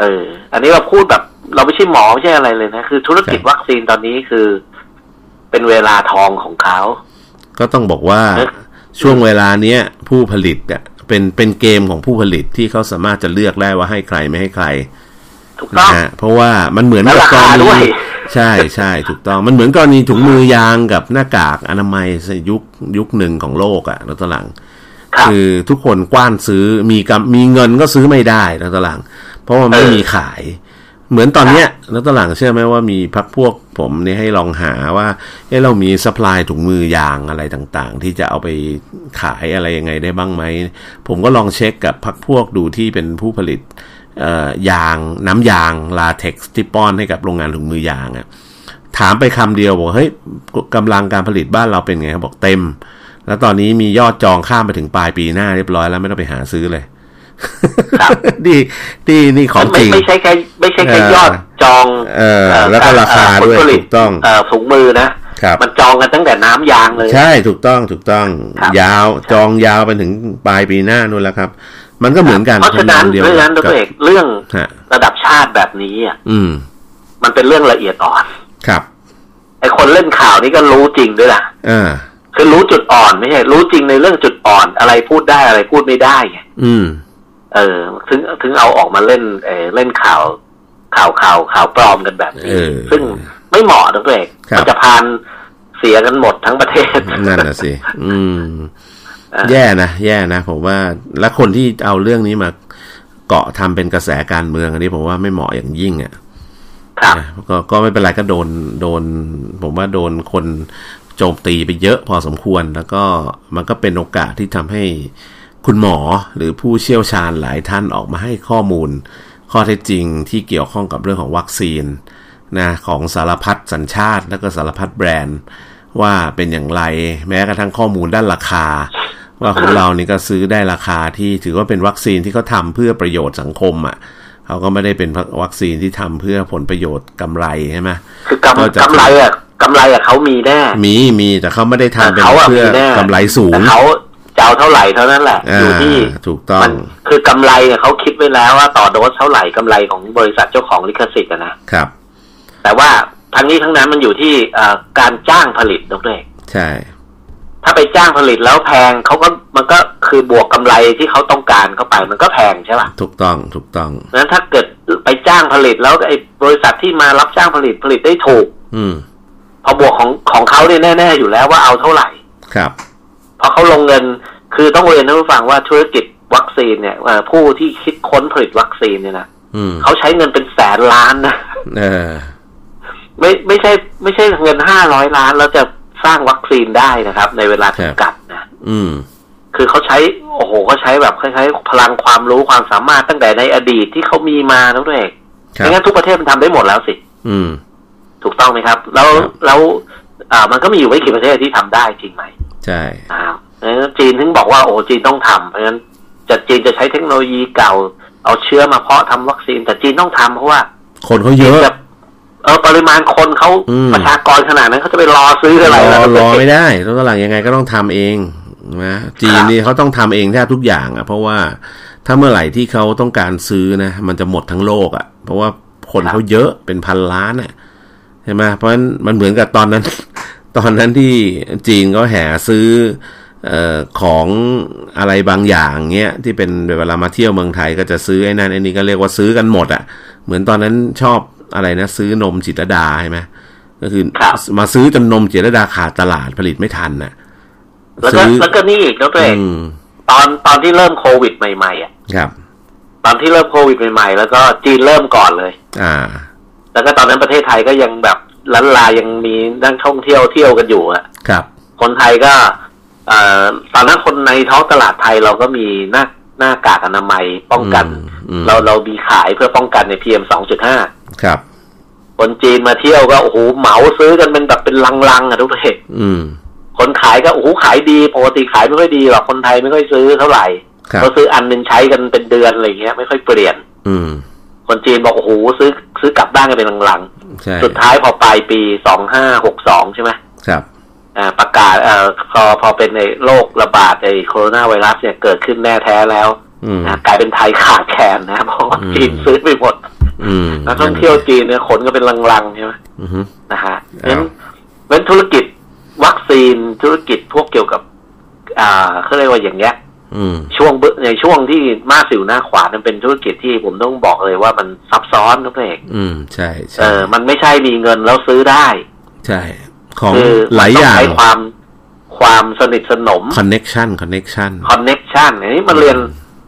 Speaker 2: เออ อันนี้เราพูดแบบเราไม่ใช่หมอไม่ใช่อะไรเลยนะ คือธุรกิจ
Speaker 1: ใช่
Speaker 2: วัคซีนตอนนี้คือ เป็นเวลาทองของเขา
Speaker 1: ก็ต้องบอกว่า
Speaker 2: เอ๊ะ
Speaker 1: ช่วงเวลาเนี้ยผู้ผลิตเนี่ยเป็นเป็นเกมของผู้ผลิตที่เขาสามารถจะเลือกได้ว่าให้ใครไม่ให้ใคร
Speaker 2: ถูก
Speaker 1: นะ
Speaker 2: ต้อง
Speaker 1: ฮะเพราะว่ามันเหมือนกับ
Speaker 2: และ
Speaker 1: ก
Speaker 2: รารคาด้
Speaker 1: ณี
Speaker 2: วย
Speaker 1: ใช่ใช่ถูกต้องมันเหมือนกรณีถุงมือยางกับหน้ากากอนามัยยุคยุคหนึ่งของโลกอะแล้วตอนหลัง
Speaker 2: ครับ
Speaker 1: คือทุกคนกว้านซื้อมีกำมีเงินก็ซื้อไม่ได้นะตอนหลัง เพราะมันไม่
Speaker 2: เออ
Speaker 1: มีขาย เหมือนตอนเนี้ยนะตอนหลังเชื่อไหมว่ามีพักพวกผมเนี่ยให้ลองหาว่าเอะเรามีสป라이ถุงมือยางอะไรต่างๆ ที่จะเอาไปขายอะไรยังไงได้บ้างไหม ผมก็ลองเช็คกับพักพวกดูที่เป็นผู้ผลิตเอ่อยางน้ำยางลาเท็กซ์ที่ป้อนให้กับโรงงานถุงมือยางอะ ถามไปคำเดียวบอกเฮ้ยกำลังการผลิตบ้านเราเป็นไงเขาบอกเต็ม แล้วตอนนี้มียอดจองข้ามไปถึงปลายปีหน้าเรียบร้อยแล้วไม่ต้องไปหาซื้อเลย
Speaker 2: ครับ
Speaker 1: ดีดี นี่ของจ
Speaker 2: ไม่
Speaker 1: ริง
Speaker 2: ไม่ใช่แค่ไม่ใช่แค่
Speaker 1: เออย
Speaker 2: อดจอง
Speaker 1: เออแล้วก็ราคา
Speaker 2: เอ่อ
Speaker 1: ด้วย
Speaker 2: ผลผลิ
Speaker 1: ถูกต้อง
Speaker 2: เอ่อถุงมือนะ
Speaker 1: ครับ
Speaker 2: มันจองกันตั้งแต่น้ำยางเลย
Speaker 1: ใช่ถูกต้องถูกต้อง
Speaker 2: ครับ
Speaker 1: ยาวจองยาวไปถึงปลายปีหน้านู่นแล้วครับ มันก็เหมือนกัน
Speaker 2: เพราะฉะนั้น
Speaker 1: ทำ
Speaker 2: เพราะฉะนั้นด
Speaker 1: กับ
Speaker 2: รเอกเรื่อง
Speaker 1: ฮะ
Speaker 2: ระดับชาติแบบนี้อ่ะ
Speaker 1: อืม
Speaker 2: มันเป็นเรื่องละเอียดอ่อน
Speaker 1: ครับ
Speaker 2: ไอคนเล่นข่าวนี่ก็รู้จริงด้วยล่ะ
Speaker 1: อ่า
Speaker 2: คือรู้จุดอ่อนไม่ใช่รู้จริงในเรื่องจุดอ่อน อะไรพูดได้อะไรพูดไม่ได้ไง
Speaker 1: อืม
Speaker 2: เออ ถึงถึงเอาออกมาเล่นเออเล่นข่าวข่าวข่าวข่าวปลอมกันแบบนี้
Speaker 1: เออ
Speaker 2: ซึ่งไม่เหมาะดรเอก
Speaker 1: ครับ
Speaker 2: มันจะพานเสียกันหมดทั้งประเทศ
Speaker 1: นั่นน่ะสิ อืม
Speaker 2: อ่า
Speaker 1: แย่นะ แย่นะ ผมว่า และคนที่เอาเรื่องนี้มาเกาะทำเป็นกระแสการเมืองอันนี้ผมว่าไม่เหมาะอย่างยิ่งอ่ะ
Speaker 2: ครับ
Speaker 1: นะก็ก็ไม่เป็นไรก็โดน โดน ผมว่าโดนคนโจมตีไปเยอะพอสมควร แล้วก็มันก็เป็นโอกาสที่ทำให้คุณหมอหรือผู้เชี่ยวชาญหลายท่านออกมาให้ข้อมูล ข้อเท็จจริงที่เกี่ยวข้องกับเรื่องของวัคซีนนะของสารพัดสัญชาติ และก็สารพัดแบรนด์ ว่าเป็นอย่างไรแม้กระทั่งข้อมูลด้านราคา ว่าของเรานี่ก็ซื้อได้ราคาที่ถือว่าเป็นวัคซีนที่เขาทำเพื่อประโยชน์สังคมอ่ะเขาก็ไม่ได้เป็นวัคซีนที่ทำเพื่อผลประโยชน์กำไรใช่ไหม
Speaker 2: คือก
Speaker 1: ก็จะ
Speaker 2: ำกำไรอ่ะกำไรอ่ะเขามีแน่
Speaker 1: มีมีแต่เขาไม่ได้ทำเป็น
Speaker 2: เขาอ่ะ
Speaker 1: เพื่
Speaker 2: มี
Speaker 1: อ
Speaker 2: แน่
Speaker 1: กำไรสู
Speaker 2: แต่
Speaker 1: ง
Speaker 2: เขาจะเอาเท่าไหร่เท่านั้นแหละ
Speaker 1: อ่า
Speaker 2: อยู่ที่
Speaker 1: ถูกต้อง
Speaker 2: มันคือกำไรเนี่ยเขาคิดไว้แล้วว่าต่อโดสเท่าไหร่กำไรของบริษัทเจ้าของลิขสิทธิ์อะนะครับ แต่ว่าทั้งนี้ทั้งนั้นมันอยู่ที่เอ่อการจ้างผลิตดรเอก
Speaker 1: ใช่
Speaker 2: ถ้าไปจ้างผลิตแล้วแพงเขาก็มันก็คือบวกกำไรที่เขาต้องการเข้าไปมันก็แพงใช่ป่ะ
Speaker 1: ถูกต้องถูกต้อง
Speaker 2: นั้นถ้าเกิดไปจ้างผลิตแล้วไอ้บริษัทที่มารับจ้างผลิตผลิตได้ถูก
Speaker 1: อืม
Speaker 2: พอบวกของของเขาเนี่ยแน่ๆอยู่แล้วว่าเอาเท่าไหร่
Speaker 1: ครับ
Speaker 2: เพราะเขาลงเงิน คือต้องเรียนท่านผู้ฟังว่าธุรกิจวัคซีนเนี่ยเอ่อผู้ที่คิดค้นผลิตวัคซีนเนี่ยนะ
Speaker 1: อืม
Speaker 2: เขาใช้เงินเป็นแสนล้านนะ
Speaker 1: เออ
Speaker 2: ไม่ไม่ใช่ ไม่ใช่เงินห้าร้อยล้านแล้วจะสร้างวัคซีนได้นะครับ ในเวลาจำกัดนะ
Speaker 1: อืม
Speaker 2: คือเขาใช้โอ้โหเขาใช้แบบคล้ายๆพลังความรู้ความสามารถตั้งแต่ในอดีตที่เขามีมาแล้วด้วย
Speaker 1: ครับ
Speaker 2: ไม่งั้นทุกประเทศมันทำได้หมดแล้วสิ
Speaker 1: อืม
Speaker 2: ถูกต้องไหมครับ แล้ว
Speaker 1: ครับ
Speaker 2: แล้วอ่ามันก็มีอยู่ไม่กี่ประเทศที่ทำได้จริงไหม
Speaker 1: ใช่
Speaker 2: อ้าวเพราะฉะนั้นจีนถึงบอกว่าโอ้จีนต้องทำเพราะฉะนั้นจะจีนจะใช้เทคโนโลยีเก่า เอาเชื้อมาเพาะทำวัคซีน แต่จีนต้องทำเพราะว่า
Speaker 1: คนเขาเยอะ
Speaker 2: จะเออปริมาณคนเขา
Speaker 1: อืม
Speaker 2: ประชากรขนาดนั้นเขาจะไปรอซื้ออะไร
Speaker 1: ร
Speaker 2: แล้ว
Speaker 1: อ
Speaker 2: นะ
Speaker 1: รอไม่ได้แล้วตอนหลังยังไงก็ต้องทำเองนะจีนนี่เขาต้องทำเองแทบทุกอย่างอะ่ะ เพราะว่าถ้าเมื่อไหร่ที่เขาต้องการซื้อนะมันจะหมดทั้งโลกอะ่ะ เพราะว่าคนเขาเยอะเป็นพันล้านอะ่ะใช่ไหมเพราะฉะนั้นมันเหมือนกับตอน นั้น ตอนนั้นที่จีนก็แห่ซื้อเออของอะไรบางอย่างเงี้ยที่เป็นเวลามาเที่ยวเมืองไทยก็จะซื้อไอ้นั่นไอ้นี่ก็เรียกว่าซื้อกันหมดอะ่ะ เหมือนตอนนั้นชอบอะไรนะ ซื้อนมจิตรดาใช่ไหม ก็คือมาซื้อจนนมเจรดาขาดตลาดผลิตไม่ทันน่ะ
Speaker 2: แล้วก็
Speaker 1: ซื้อ
Speaker 2: แล้วก็นี่อีกแล้วตัวเอง
Speaker 1: อืม
Speaker 2: ตอนตอนที่เริ่มโควิดใหม่ๆอ่ะ
Speaker 1: ครับ
Speaker 2: ตอนที่เริ่มโควิดใหม่ๆ แล้วก็จีนเริ่มก่อนเลย
Speaker 1: อ่า
Speaker 2: แล้วก็ตอนนั้นประเทศไทยก็ยังแบบล้านลายังมีนักท่องเที่ยวเที่ยวกันอยู่อะ
Speaker 1: ครับ
Speaker 2: คนไทยก็ เอ่อตอนนั้นคนในท้องตลาดไทยเราก็มีหน้าหน้ากากอนามัยป้องกัน
Speaker 1: อืมอืม
Speaker 2: เราเรามีขายเพื่อป้องกันในพีเอ็มสองจุดห้า
Speaker 1: ครับ
Speaker 2: คนจีนมาเที่ยวก็โอ้โหเหมาซื้อกันเป็นแบบเป็นลังๆอะทุกเพจ
Speaker 1: อืม
Speaker 2: คนขายก็โอ้โหขายดีปกติขายไม่ค่อยดีหรอกคนไทยไม่ค่อยซื้อเท่าไหร่
Speaker 1: ครับ
Speaker 2: เขาซื้ออันหนึ่งใช้กันเป็นเดือนอะไรเงี้ยไม่ค่อยเปลี่ยน
Speaker 1: อืม
Speaker 2: คนจีนบอกโอ้โหซื้อซื้อกลับด้านกันเป็นลังๆ
Speaker 1: ใช่
Speaker 2: สุดท้ายพอปลายปีสองห้าหกสองใช่ไหม
Speaker 1: ครับ
Speaker 2: อ่าประกาศเอ่อพอพอเป็นในโรคระบาดในโคโรนาไวรัสเนี่ยเกิดขึ้นแน่แท้แล้ว
Speaker 1: อืม
Speaker 2: อ่ากลายเป็นไทยขาดแคลนนะเพ ราะว่า
Speaker 1: อืม
Speaker 2: จีนซื้อไปหมด
Speaker 1: อืม
Speaker 2: นักท่องเที่ยวจีนเนี่ยขนก็เป็นลังๆใช่ไหม
Speaker 1: อือฮึ
Speaker 2: นะฮะ
Speaker 1: อ้าว
Speaker 2: งั้นงั้นธุรกิจวัคซีนธุรกิจพวกเกี่ยวกับ อ่าเขาเรียกว่าอย่างเงี้ย
Speaker 1: อืม
Speaker 2: ช่วงเบื้องในช่วงที่มาสิวหน้าขวานั้นเป็นธุรกิจที่ผมต้องบอกเลยว่ามันซับซ้อนทุกเอก
Speaker 1: อืม ใช่
Speaker 2: เอ
Speaker 1: ใช่
Speaker 2: อมันไม่ใช่มีเงินแล้วซื้อได้
Speaker 1: ใช่ ของ
Speaker 2: คือ
Speaker 1: หลายอย่าง
Speaker 2: มันต้ใช้ความความสนิทสนม
Speaker 1: connection connection
Speaker 2: คอนเน็กชันอันนี้มันเรียน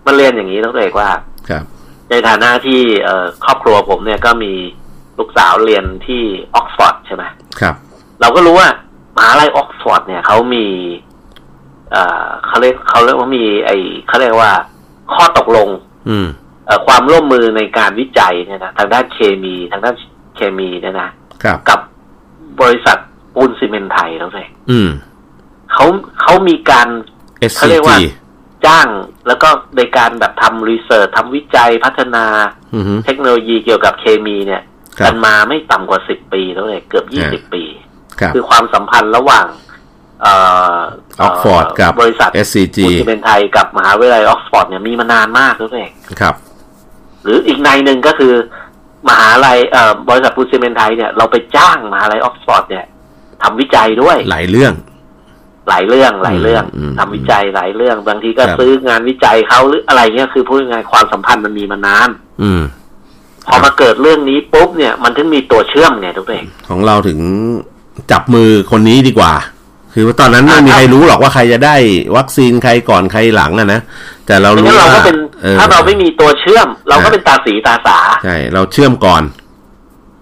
Speaker 2: มันเรียนอย่างนี้ต้องเอกว่า
Speaker 1: ครับ
Speaker 2: ในฐานะที่เอ่อครอบครัวผมเนี่ยก็มีลูกสาวเรียนที่ออกซฟอร์ดใช่ไหม
Speaker 1: ครับ
Speaker 2: เราก็รู้ว่ามหาลัยออกซฟอร์ดเนี่ยเขามีเอ่อเขาเรียกเขาเรียกว่ามีไอเขาเรียกว่าข้อตกลง
Speaker 1: อืม
Speaker 2: เอ่อความร่วมมือในการวิจัยเนี่ยนะทางด้านเคมีทางด้านเคมีเนี่ยนะครับ กับบริษัทปูนซีเมนต์ไทยแล้วไง
Speaker 1: อืม
Speaker 2: เขาเขามีการ เขาเรียก
Speaker 1: SCG
Speaker 2: ว่า จ้างแล้วก็ในการแบบทำรีเสิร์ชทำวิจัยพัฒนา
Speaker 1: อือฮึ
Speaker 2: เทคโนโลยีเกี่ยวกับเคมีเนี่ย
Speaker 1: ครั
Speaker 2: กับ นมาไม่ต่ำกว่าสิบปีแล้วเลยเกือบยี่สิบปี
Speaker 1: ครับ
Speaker 2: คือความสัมพันธ์ระหว่างเอ่อ
Speaker 1: ออกฟอร์ดกับบ
Speaker 2: ริษัท
Speaker 1: เอสซีจี
Speaker 2: ปูนซีเมนต์ไทยกับมหาวิทยาลัยออกซฟอร์ดเนี่ยมีมานานมากแล้วเอง
Speaker 1: ครับ
Speaker 2: หรืออีกในหนึ่งก็คือ มหาลัยเอ่อบริษัทปูนซีเมนต์ไทยเนี่ยเราไปจ้างมหาลัยออกซฟอร์ดเนี่ยทำวิจัยด้วย
Speaker 1: หลายเรื่อง
Speaker 2: หลายเรื่องหลายเรื่อง
Speaker 1: อืม
Speaker 2: ทำวิจัยหลายเรื่อง บางทีก็
Speaker 1: ครับ
Speaker 2: ซื้องานวิจัยเขาหรืออะไรเงี้ยคือพูดง่ายๆความสัมพันธ์มันมีมานาน
Speaker 1: อืม
Speaker 2: พอมาเกิดเรื่องนี้ปุ๊บเนี่ยมันถึงมีตัวเชื่อมไงทุกเอง
Speaker 1: ของเราถึงจับมือคนนี้ดีกว่า คือว่าตอนนั้นไม่มีใครรู้หรอกว่าใครจะได้วัคซีนใครก่อนใครหลังอะนะ แต่เรารู้
Speaker 2: งั้นเรา
Speaker 1: ว่า
Speaker 2: ก็เป็น
Speaker 1: ออ
Speaker 2: ถ้าเราไม่มีตัวเชื่อม เราก็เป็นตาสีตาสา
Speaker 1: ใช่ เราเชื่อมก่อน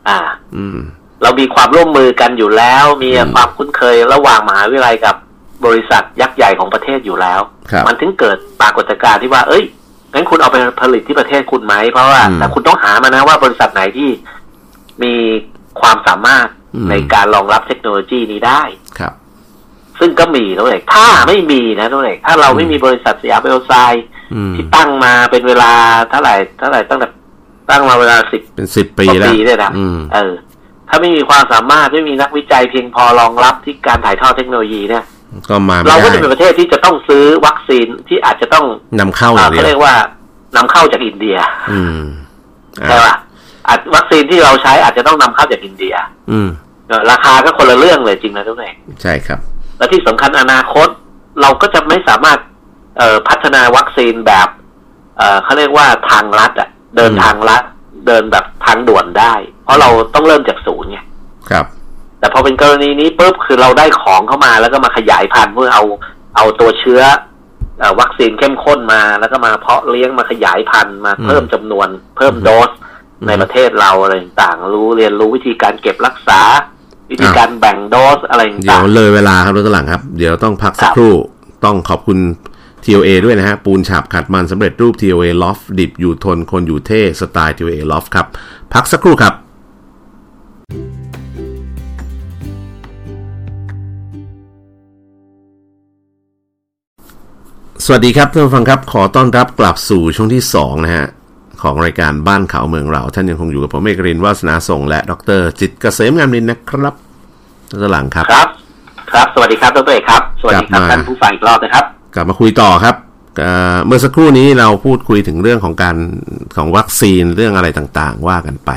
Speaker 2: อ่า
Speaker 1: อืม
Speaker 2: เรามีความร่วมมือกันอยู่แล้ว มี
Speaker 1: อืม
Speaker 2: ความคุ้นเคยระหว่างมหาวิทยาลัยกับบริษัทยักษ์ใหญ่ของประเทศอยู่แล้ว
Speaker 1: ครับ
Speaker 2: มันถึงเกิดปรากฏการณ์ที่ว่า เอ้ยงั้นคุณเอาไปผลิตที่ประเทศคุณไหมเพราะว่า
Speaker 1: อืม
Speaker 2: แต่คุณต้องหามานะว่าบริษัทไหนที่มีความสามารถ
Speaker 1: อืม
Speaker 2: ในการรองรับเทคโนโลยีนี้ได้
Speaker 1: ครับ
Speaker 2: ซึ่งก็มีแล้วเลยถ้าไม่มีนะตัวเอกถ้าเราไม่มีบริษัทสยามเอลไซด์
Speaker 1: อืม
Speaker 2: ที่ตั้งมาเป็นเวลาเท่าไหร่เท่าไหร่ตั้งแต่ตั้งมาเวลาสิบ
Speaker 1: เป็นสิบปี
Speaker 2: ต่อ
Speaker 1: แล้ว
Speaker 2: ปีด้วยนะ
Speaker 1: อืม
Speaker 2: เออ ถ้าไม่มีความสามารถไม่มีนักวิจัยเพียงพอรองรับที่การถ่ายทอดเทคโนโลยีเนี่ย
Speaker 1: ก็มาไม่
Speaker 2: เราก็จะ
Speaker 1: ได้
Speaker 2: เป็นประเทศที่จะต้องซื้อวัคซีนที่อาจจะต้อง
Speaker 1: นำเข้าอ
Speaker 2: อ่า
Speaker 1: ย่างเดีย
Speaker 2: เขาเรี
Speaker 1: วย
Speaker 2: กว่านำเข้าจากอินเดีย
Speaker 1: อืม
Speaker 2: ใช่
Speaker 1: อ่า
Speaker 2: ป่ะอาจวัคซีนที่เราใช้อาจจะต้องนำเข้าจากอินเดีย
Speaker 1: อืม
Speaker 2: เออราคาก็คนละเรื่องเลยจริงนะทุกท่าน
Speaker 1: ใช่ครับ
Speaker 2: และที่สำคัญอนาคต เราก็จะไม่สามารถเอ่อพัฒนาวัคซีนแบบ เอ่อเขาเรียกว่าทางลัดอะเดิน
Speaker 1: อืม
Speaker 2: ทางลัดเดินแบบทางด่วนได้ เพราะเราต้องเริ่มจากศูนย์ไง
Speaker 1: ครับ
Speaker 2: แต่พอเป็นกรณีนี้ปุ๊บคือเราได้ของเข้ามาแล้วก็มาขยายพันธุ์เพื่อเอาเอาตัวเชื้อเออวัคซีนเข้มข้นมา แล้วก็มาเพาะเลี้ยงมาขยายพันธุ์มา
Speaker 1: อืม
Speaker 2: เพิ่มจำนวน เพิ่ม
Speaker 1: อืม
Speaker 2: โดส
Speaker 1: อืม
Speaker 2: ในประเทศเราอะไรต่างๆรู้เรียนรู้วิธีการเก็บรักษา วิธี
Speaker 1: อ่ะ
Speaker 2: การแบ่งโดสอะไร
Speaker 1: เดี๋ย
Speaker 2: ต่าว ง
Speaker 1: เลยเวลาครับรถหลังครับ เดี๋ยวต้องพักสัก
Speaker 2: ครับ
Speaker 1: ครู่ ต้องขอบคุณ TOA ด้วยนะฮะ ปูนฉาบขัดมันสำเร็จรูป TOA Loft ดิบอยู่ทนคนอยู่เท่สไตล์ TOA Loft ครับ พักสักครู่ครับ สวัสดีครับท่านผู้ฟังครับ ขอต้อนรับกลับสู่ช่วงที่ 2 นะฮะ ของรายการบ้านเขาเมืองเรา ท่านยังคงอยู่กับผมเอกรินทร์วาสนาส่งและดรจิตรเกษมงามนินทร์นะครับท่านหลังครับ
Speaker 2: ๆครับ ครับ สวัสดีครับดรเอกครับ สวัสดีครับ
Speaker 1: กลับมา
Speaker 2: ท่านผู้ฟังอีกรอบนะครับ
Speaker 1: กลับมาคุยต่อครับเอ่อเมื่อสักครู่นี้เราพูดคุยถึงเรื่องของการของวัคซีนเรื่องอะไรต่างๆ ว่ากันไป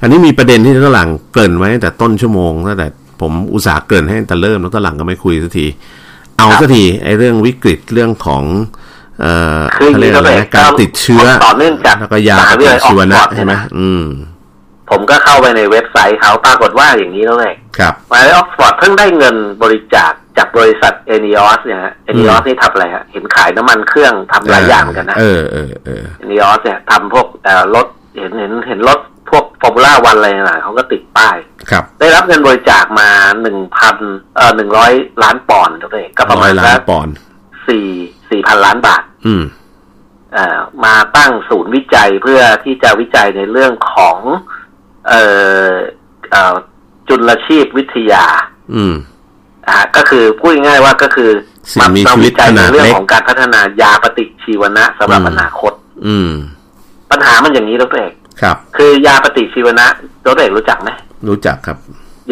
Speaker 1: อันนี้มีประเด็นที่ตั้งหลังเกริ่นไว้ตั้งแต่ต้นชั่วโมงตั้งแต่ผมอุตส่าห์เกริ่นให้ตั้งแต่เริ่มแล้วตั้งหลังก็ไม่คุยสักที เอาสักทีไอ้เรื่องวิกฤตเรื่องของเอ่อ
Speaker 2: คืออย่างนี้
Speaker 1: เรียกอะไร
Speaker 2: ก็
Speaker 1: นะ
Speaker 2: เลย
Speaker 1: การติดเชื้อ
Speaker 2: ต่อเนื่องจาก
Speaker 1: แล้วก็ยาม
Speaker 2: หาวิ
Speaker 1: ป
Speaker 2: ทยาลั
Speaker 1: ฏิ
Speaker 2: ยออก
Speaker 1: ชีวนะ
Speaker 2: ก่อนเนี่ยนะ
Speaker 1: ใช่ไหมอืม
Speaker 2: ผมก็เข้าไปในเว็บไซต์เขาปรากฏว่าอย่างนี้แล้วไง
Speaker 1: ครับ
Speaker 2: มหาวิทยาลัยออกซฟอร์ดเพิ่งได้เงินบริจาคจ จากบริษัทเอเนียสเนี่ยฮะเอเนียสนี่ทำอะไรฮะเห็นขายน้ำมันเครื่องทำหลายอย่างเหมือนกันนะ
Speaker 1: เออเออเออ
Speaker 2: เอเนียสเนี่ยทำพวกเอ่อรถเห็นเห็นเห็นรถพวกฟอร์มูล่าวันอะไรต่างๆเขาก็ติดป้าย
Speaker 1: ครับ
Speaker 2: ได้รับเงินบริจาคมาหนึ่งพันเอ่อหนึ่งร้อยล้านปอนด์ตัวเองก็ประ
Speaker 1: ร้
Speaker 2: มา
Speaker 1: อย
Speaker 2: ณ
Speaker 1: ล้าน
Speaker 2: ละ
Speaker 1: ปอนด์
Speaker 2: สี่สี่พันล้านบาท
Speaker 1: อืม
Speaker 2: เอ่อมาตั้งศูนย์วิจัยเพื่อที่จะวิจัยในเรื่องของเอ่อเอ่อจุลชีพวิทยา
Speaker 1: อืม
Speaker 2: อ่าก็คือพูดง่ายๆว่าก็คือ
Speaker 1: สิ่งมีชีวิต
Speaker 2: จั
Speaker 1: ข
Speaker 2: ยใน
Speaker 1: นาดเล็ก
Speaker 2: เรื่องของการพัฒนายาปฏิชีวนะสำหรับอนาคต
Speaker 1: อืม
Speaker 2: ปัญหามันอย่างนี้ดรเอก
Speaker 1: ครับ
Speaker 2: คือยาปฏิชีวนะดรเอกรู้จักไหม
Speaker 1: รู้จักครับ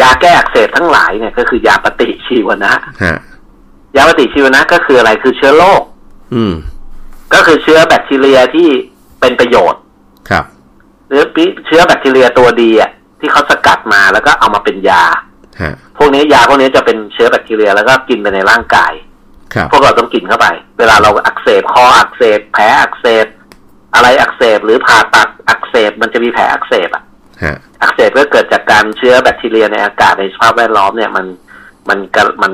Speaker 2: ยาแก้อักเสบทั้งหลายเนี่ยก็คือยาปฏิชีวนะ
Speaker 1: ฮะ
Speaker 2: ยาปฏิชีวนะก็คืออะไรคือเชื้อโรค
Speaker 1: อืม
Speaker 2: ก็คือเชื้อแบคทีเรียที่เป็นประโยชน์
Speaker 1: ครับ
Speaker 2: หรือปิเชื้อแบคทีเรียตัวดีอ่ะที่เขาสกัดมาแล้วก็เอามาเป็นยา
Speaker 1: ฮะ
Speaker 2: พวกนี้ยาพวกนี้จะเป็นเชื้อแบคทีเรียแล้วก็กินไปในร่างกาย
Speaker 1: ครับ
Speaker 2: พวกเราต้องกินเข้าไป เวลาเราอักเสบคออักเสบแผลอักเสบอะไรอักเสบหรือผ่าตัดอักเสบมันจะมีแผลอักเสบอ่ะ
Speaker 1: ฮะ
Speaker 2: อักเสบก็เกิดจากการเชื้อแบคทีเรียในอากาศในสภาพแวดล้อมเนี่ยมันมันกระมัน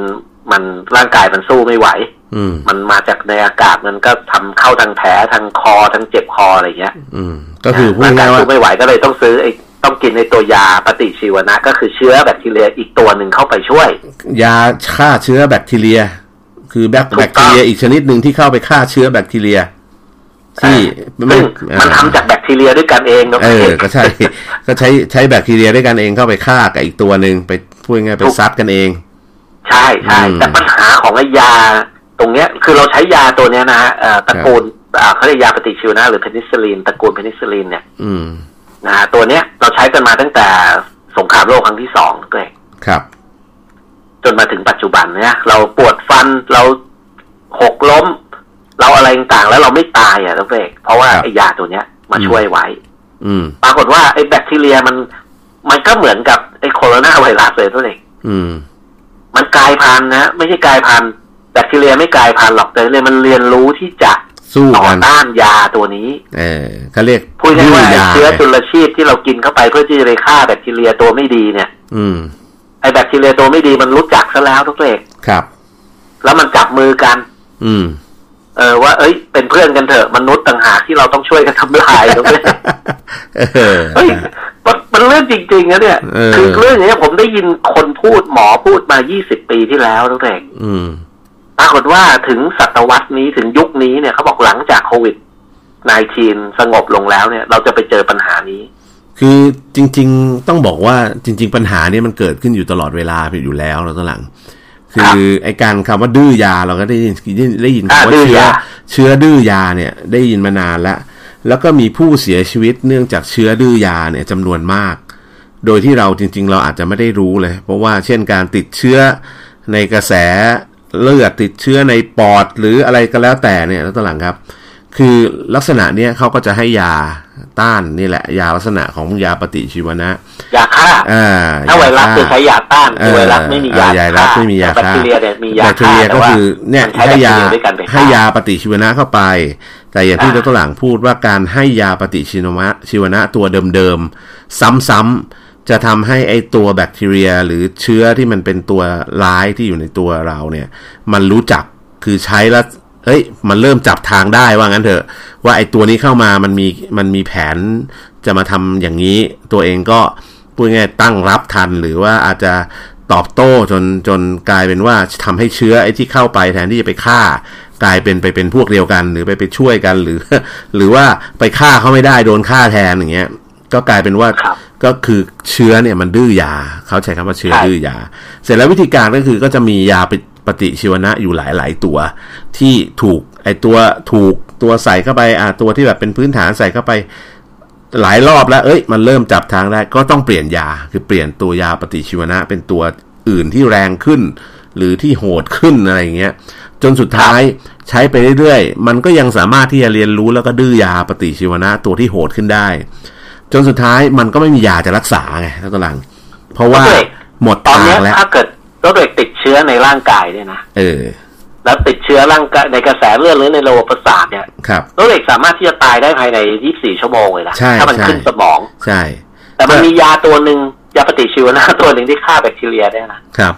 Speaker 2: มันร่างกายมันสู้ไม่ไหว
Speaker 1: อืม
Speaker 2: มันมาจากในอากาศมันก็ทำเข้าทางแผลทางคอทางเจ็บคออะไรอย่างเงี้ย
Speaker 1: อืม ก็คือพูดง่ายๆ
Speaker 2: ร่
Speaker 1: ว่า
Speaker 2: กสู้ไม่ไหวก็เลยต้องซื้อไอ้ต้องกินในตัวยาปฏิชีวนะ ก็คือเชื้อแบคทีเรียอีกตัวหนึ่งเข้าไปช่วย
Speaker 1: ยาฆ่าเชื้อแบคทีเรีย คือแบค
Speaker 2: ถูกต้อง
Speaker 1: แบคทีเรียอีกชนิดหนึ่งที่เข้าไปฆ่าเชื้อแบคทีเรีย ที่
Speaker 2: ซึ่ง
Speaker 1: อ่
Speaker 2: มันทำจากแบคทีเรียด้วยกันเองนะ
Speaker 1: เออ ก็ใช่ ก็ใช้ใช้แบคทีเรียด้วยกันเองเข้าไปฆ่ากับอีกตัวหนึ่งไปพูดง่ายๆไปซัดกันเอง
Speaker 2: ใช่ใช่
Speaker 1: อืม
Speaker 2: แต่ปัญหาของไอ้ยา ตรงเนี้ยคือเราใช้ยาตัวเนี้ยนะฮะเอ่อตระกูลอ่าเขาเรียกยาปฏิชีวนะหรือเพนิซิลินตระกูลเพนิซิลินเนี่ย
Speaker 1: อืม
Speaker 2: นะฮะตัวเนี้ยเราใช้กันมาตั้งแต่สงครามโลกครั้งที่สองเกรก
Speaker 1: ครับ
Speaker 2: จนมาถึงปัจจุบันเนี่ยเราปวดฟันเราหกล้ม เราอะไรต่างๆแล้วเราไม่ตายอ่ะทุกเอกเพราะว่า
Speaker 1: ครับ
Speaker 2: ไอ้ยาตัวเนี้ยมาช่วยไว้
Speaker 1: อืม
Speaker 2: ปรากฏว่าไอ้แบคทีเรียมัน มันก็เหมือนกับไอ้โคโรนาไวรัสเลยตัวเอง
Speaker 1: อืม
Speaker 2: มันกลายพันธุ์นะไม่ใช่กลายพันธุ์แบคทีเรียไม่กลายพันธุ์หรอกแต่เลยมันเรียนรู้ที่จะ
Speaker 1: สู้
Speaker 2: ต่อ
Speaker 1: กัน
Speaker 2: ต้านยาตัวนี้
Speaker 1: เออเขาเรียก
Speaker 2: พูดง่ายๆว่าไอ้
Speaker 1: ยา
Speaker 2: เชื้อจุลชีพที่เรากินเข้าไปเพื่อที่จะไปฆ่าแบคทีเรียตัวไม่ดีเนี่ย
Speaker 1: อืม
Speaker 2: ไอ้แบคทีเรียตัวไม่ดีมันรู้จักซะแล้วทุกเอก
Speaker 1: ครับ
Speaker 2: แล้วมันจับมือกัน
Speaker 1: อืม
Speaker 2: เออว่าเอ้ย เป็นเพื่อนกันเถอะมนุษย์ต่างหากที่เราต้องช่วยกันทำลาย ทุกเอก
Speaker 1: เออ
Speaker 2: เฮ้ยมันมันเรื่องจริงๆนะเนี่ย
Speaker 1: เออ
Speaker 2: คือเรื่องเนี้ยผมได้ยินคนพูดหมอพูดมา 20 ปีที่แล้วตั้งแต่
Speaker 1: อืม
Speaker 2: ปรากฏว่าถึงศตวรรษนี้ถึงยุคนี้เนี่ยเขาบอกหลังจากโควิด 19 สงบลงแล้วเนี่ย เราจะไปเจอปัญหานี้
Speaker 1: คือจริง ๆต้องบอกว่าจริง ๆ ปัญหาเนี่ยมันเกิดขึ้นอยู่ตลอดเวลาอยู่แล้วนะตอนหลัง คือไอการคำว่าดื้อยาเราก็ได้ยินได้ยิน
Speaker 2: อ่า
Speaker 1: คำว่า
Speaker 2: ดื้อ
Speaker 1: เชื้อย
Speaker 2: า
Speaker 1: เชื้อดื้อยาเนี่ยได้ยินมานานแล้ว แล้วก็มีผู้เสียชีวิตเนื่องจากเชื้อดื้อยาเนี่ยจำนวนมาก โดยที่เราจริง ๆ เราอาจจะไม่ได้รู้เลย เพราะว่าเช่นการติดเชื้อในกระแสเลือดติดเชื้อในปอดหรืออะไรก็แล้วแต่เนี่ยแล้วตอนหลังครับ คือลักษณะเนี้ยเขาก็จะให้ยาต้านนี่แหละ ยาลักษณะของยาปฏิชีวนะ
Speaker 2: ยาฆ่า
Speaker 1: อ่า
Speaker 2: ถ้าไวรัส
Speaker 1: ยา
Speaker 2: คือ
Speaker 1: ฆ่า
Speaker 2: ใช้ยาต้าน
Speaker 1: เออ
Speaker 2: ไวรัสไม่มียา
Speaker 1: เออไวรั
Speaker 2: ฆ่า
Speaker 1: สไม่มียา
Speaker 2: แต่แบค
Speaker 1: ฆ่า
Speaker 2: ทีเรียเนี่ยมียา
Speaker 1: แบคที
Speaker 2: ฆ่า
Speaker 1: เรีย
Speaker 2: แต่
Speaker 1: ก็
Speaker 2: ว่า
Speaker 1: คือเนี่ย
Speaker 2: มัใช้แบ
Speaker 1: ให้
Speaker 2: คที
Speaker 1: ยา
Speaker 2: เรียด้วยกันไปฆ่
Speaker 1: ให้ยาปฏิชีวนะเข้าไป แต่อย่างที่ด
Speaker 2: อ่า
Speaker 1: รหลังพูดว่าการให้ยาปฏิชีวนะชีวนะตัวเดิมๆซ้ำๆจะทำให้ไอตัวแบคทีเรียหรือเชื้อที่มันเป็นตัวร้ายที่อยู่ในตัวเราเนี่ย มันรู้จักคือใช้แล้วเฮ้ยมันเริ่มจับทางได้ว่างั้นเถอะ ว่าไอตัวนี้เข้ามามันมีมันมีแผนจะมาทำอย่างนี้ ตัวเองก็พูดง่ายๆตั้งรับทันหรือว่าอาจจะตอบโต้จนจนกลายเป็นว่าทำให้เชื้อไอ้ที่เข้าไปแทนที่จะไปฆ่า กลายเป็นไปเป็นพวกเดียวกัน หรือไปไปช่วยกันหรือ หรือว่าไปฆ่าเขาไม่ได้โดนฆ่าแทนอย่างเงี้ย ก็กลายเป็นว่า
Speaker 2: ครับ
Speaker 1: ก็คือเชื้อเนี่ยมันดื้อยาเขาใช้คำว่าเชื้อ
Speaker 2: ใช่
Speaker 1: ดื้อยา เสร็จแล้ววิธีการก็คือก็จะมียาปฏิชีวนะอยู่หลาย ๆ ตัว ที่ถูกไอตัวถูกตัวใส่เข้าไปอ่าตัวที่แบบเป็นพื้นฐานใส่เข้าไป หลายรอบแล้ว เอ้ย มันเริ่มจับทางได้ ก็ต้องเปลี่ยนยา คือเปลี่ยนตัวยาปฏิชีวนะ เป็นตัวอื่นที่แรงขึ้น หรือที่โหดขึ้นอะไรอย่างเงี้ย จนสุดท้ายใช้ไปเรื่อยๆ มันก็ยังสามารถที่จะเรียนรู้แล้วก็ดื้อยาปฏิชีวนะตัวที่โหดขึ้นได้ จนสุดท้ายมันก็ไม่มียาจะรักษาไงแล้วตอนหลัง เพราะว่า
Speaker 2: โอเค
Speaker 1: หมด
Speaker 2: ตอน
Speaker 1: ทา
Speaker 2: เนี้
Speaker 1: ง
Speaker 2: ย
Speaker 1: แล้ว
Speaker 2: ถ้าเกิดโรคเด็กติดเชื้อในร่างกายเนี่ยนะ
Speaker 1: เออ
Speaker 2: แล้วติดเชื้อร่างกายในกระแสเลือดหรือในระบบประสาทเนี่ย
Speaker 1: ครับ
Speaker 2: โรคเหล็กสามารถที่จะตายได้ภายใน 24 ชั่วโมงเลยนะ
Speaker 1: ใช่
Speaker 2: ถ้ามั
Speaker 1: ใช่
Speaker 2: ขึ้นสมอง
Speaker 1: ใช่
Speaker 2: แต่มัน
Speaker 1: ใช่
Speaker 2: มียาตัวหนึ่งยาปฏิชีวนะ ตัวหนึ่งที่ฆ่าแบคทีเรียได้นะ
Speaker 1: ครับ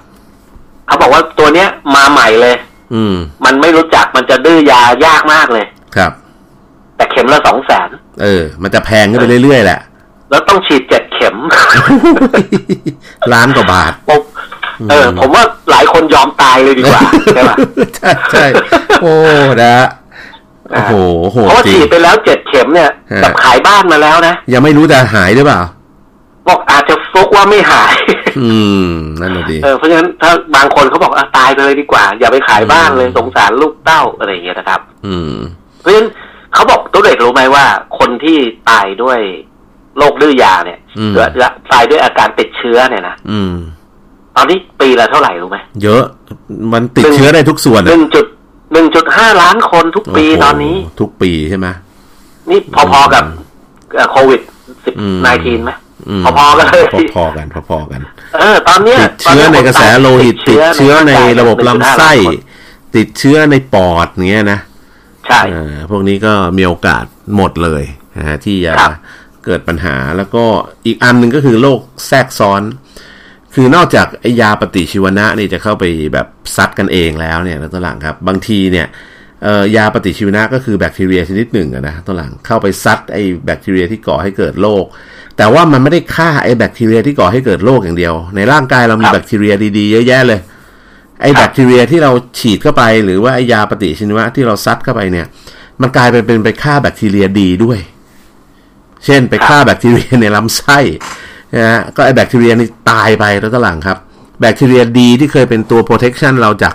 Speaker 2: เขาบอกว่าตัว ตัวเนี้ยมาใหม่เลย
Speaker 1: อืม
Speaker 2: มันไม่รู้จักมันจะดื้อยายากมากเลย
Speaker 1: ครับ
Speaker 2: แต่เข็มละสองแสน
Speaker 1: เออ มันจะแพงขึ้นไปเรื่อยๆแหละ
Speaker 2: แล้วต้องฉีดเจ็ดเข็ม
Speaker 1: ล้านกว่าบาท
Speaker 2: ผมเออ ผมว่าหลายคนยอมตายเลยดีก ว่า ใช่ปะ
Speaker 1: ใช่ใช่โอ้นะโอ้โหโหด
Speaker 2: เพราะว่า
Speaker 1: จริ
Speaker 2: ฉี
Speaker 1: ง
Speaker 2: ดไปแล้วเจ็ดเข็มเนี่ย
Speaker 1: ฮะ
Speaker 2: กับขายบ้านมาแล้วนะ
Speaker 1: ยังไม่รู้จะหายหรือเปล่า
Speaker 2: บอกอาจจะฟกว่าไม่หาย
Speaker 1: อืม นั่นแหละดี
Speaker 2: เออเพราะฉะนั้นถ้าบางคนเขาบอกอ่ะตายไปเลยดีกว่า อย่าไปขายบ้านเลยสงสารลูกเต้าอะไรอย่างเงี้ยนะครับ
Speaker 1: อืม
Speaker 2: เพราะฉะนั้นเขาบอกตัวเด็กรู้ไหมว่า คนที่ตายด้วยโรคดื้อยาเนี่ย
Speaker 1: อืม
Speaker 2: เกิดละตายด้วยอาการติดเชื้อเนี่ยนะ
Speaker 1: อืม
Speaker 2: ตอนนี้ปีละเท่าไหร่รู้ไหม
Speaker 1: เยอะ มันติดเชื้อได้ทุกส่วน
Speaker 2: ห
Speaker 1: อะ
Speaker 2: นึ่งจุดหนึ่งจุดห้าล้านคนทุกปี
Speaker 1: โโห
Speaker 2: ตอนนี้
Speaker 1: ทุกปีใช่ไหม
Speaker 2: นี่พอๆกับเอ่อโควิดสิบ
Speaker 1: อืม
Speaker 2: นทีนไหม
Speaker 1: ม
Speaker 2: พอๆกันเลย
Speaker 1: พอๆกันพอๆกัน
Speaker 2: เออตอนเนี้ย
Speaker 1: ติดเชื้อในกระแสโลหิต ติดเชื้อในระบบลำไส้ ติดเชื้อในปอดเงี้ยนะ
Speaker 2: ใช่
Speaker 1: เอ่อพวกนี้ก็มีโอกาสหมดเลยนะฮะที่จะ
Speaker 2: ครับ
Speaker 1: เกิดปัญหาแล้วก็อีกอันหนึ่งก็คือโรคแทรกซ้อน คือนอกจากไอยาปฏิชีวนะนี่จะเข้าไปแบบซัดกันเองแล้วเนี่ยนะต้นหลังครับ บางทีเนี่ยเอ่อยาปฏิชีวนะก็คือแบคทีเรียชนิดหนึ่งอะนะต้นหลังเข้าไปซัดไอแบคทีเรียที่ก่อให้เกิดโรคแต่ว่ามันไม่ได้ฆ่าไอแบคทีเรียที่ก่อให้เกิดโรคอย่างเดียว ในร่างกายเรามี
Speaker 2: ครับ
Speaker 1: แบคทีเรียดีๆเยอะแยะเลย ไอแบคทีเรียที่เราฉีดเข้าไป หรือว่าไอยาปฏิชีวนะที่เราซัดเข้าไปเนี่ย มันกลายเป็นเป็นไปฆ่าแบคทีเรียดีด้วย เช่นไปฆ่าแบคทีเรียในลำไส้นะฮะก็ไอแบคทีเรียนี่ตายไปแล้วตอนหลังครับ แบคทีเรียดีที่เคยเป็นตัว protection เราจาก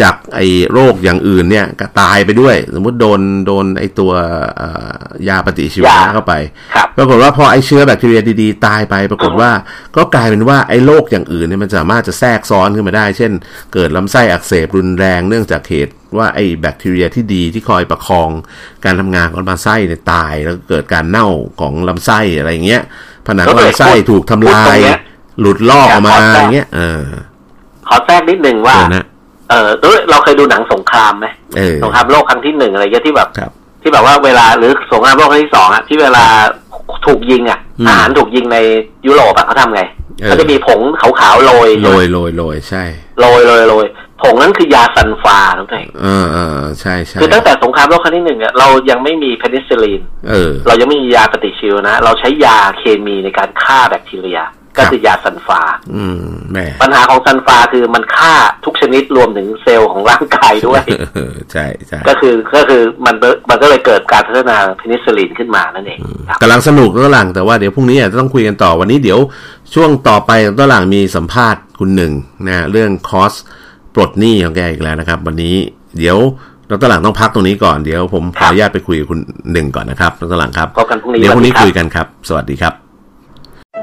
Speaker 1: จากไอโรคอย่างอื่นเนี่ยก็ตายไปด้วย สมมุติโดนโดนไอตัวเอ่อยาปฏิชีวนะ
Speaker 2: ยา
Speaker 1: เข้าไป
Speaker 2: ครับ
Speaker 1: ปรากฏว่าพอไอเชื้อแบคทีเรียดีๆ ตายไป ปรากฏว่าก็กลายเป็นว่าไอโรคอย่างอื่นเนี่ยมันสามารถจะแทรกซ้อนขึ้นมาได้ เช่น เกิดลำไส้อักเสบรุนแรงเนื่องจากเหตุว่าไอแบคทีเรียที่ดีที่คอยประคอง การทำงานของลำไส้เนี่ยตายแล้วก็เกิดการเน่าของลำไส้อะไรอย่างเงี้ยผนังลำไส้ถูกทำลา
Speaker 2: พูดตร
Speaker 1: ย
Speaker 2: งเนี้ย
Speaker 1: หลุดลอกออกมา
Speaker 2: อยากขอแทร
Speaker 1: อ
Speaker 2: ก
Speaker 1: ย่างเงี้ยเออ
Speaker 2: ขอแทรกนิดนึงว่า
Speaker 1: เดี๋ยวนะ
Speaker 2: เออเอ้ยเราเคยดูหนังสงครามไหม
Speaker 1: เออ
Speaker 2: สงครามโลกครั้งที่หนึ่งอะไรเงี้ยที่แบบ
Speaker 1: ครับ
Speaker 2: ที่แบบว่าเวลาหรือสงครามโลกครั้งที่สองอะที่เวลาถูกยิงอะ
Speaker 1: อืม
Speaker 2: ทหารถูกยิงในยุโรปอะเขาทำไง
Speaker 1: เออ
Speaker 2: เขาจะมีผงขาวๆโรย
Speaker 1: โรยโรยโรยใช่
Speaker 2: โรยโรยโรยผงนั้นคือยาซันฟลาทุกท่าน
Speaker 1: เออเออใช่ใช่
Speaker 2: คือตั้งแต่สงครามโลกครั้งที่หนึ่งอะเรายังไม่มีเพนิซิลลิน
Speaker 1: เออ
Speaker 2: เรายังไม่มียาปฏิชีวนะ เราใช้ยาเคมีในการฆ่าแบคทีเรีย
Speaker 1: ครั
Speaker 2: ก็
Speaker 1: บ
Speaker 2: คือยาซันฟลา
Speaker 1: อืมแหม่
Speaker 2: ปัญหาของซันฟลาคือมันฆ่าทุกชนิดรวมถึงเซลล์ของร่างกายด้วย
Speaker 1: เออใช่ใช่
Speaker 2: ก็คือก็คือมันเบิมันก็เลยเกิดการพัฒนาเพนิซิลลินขึ้นมานั่นเองครับ
Speaker 1: กำลังสนุกก็หลังแต่ว่าเดี๋ยวพรุ่งนี้อาจจะต้องคุยกันต่อวันนี้เดี๋ยวช่วงต่อไปต้นหลังมีสัมภาษณ์คุณหนึ่งนะเรื่องคอสปลดหนี้ของแกอีกแล้วนะครับ วันนี้เดี๋ยวเราต้นหลังต้องพักตรงนี้ก่อนเดี๋ยวผมขออนุญาตไปคุยกับคุณหนึ่งก่อนนะครับต้นหลังครับ
Speaker 2: พบกันพรุ่งนี้
Speaker 1: เดี๋ยวพรุ่งนี้คุยกันครับ สวัสดีครับ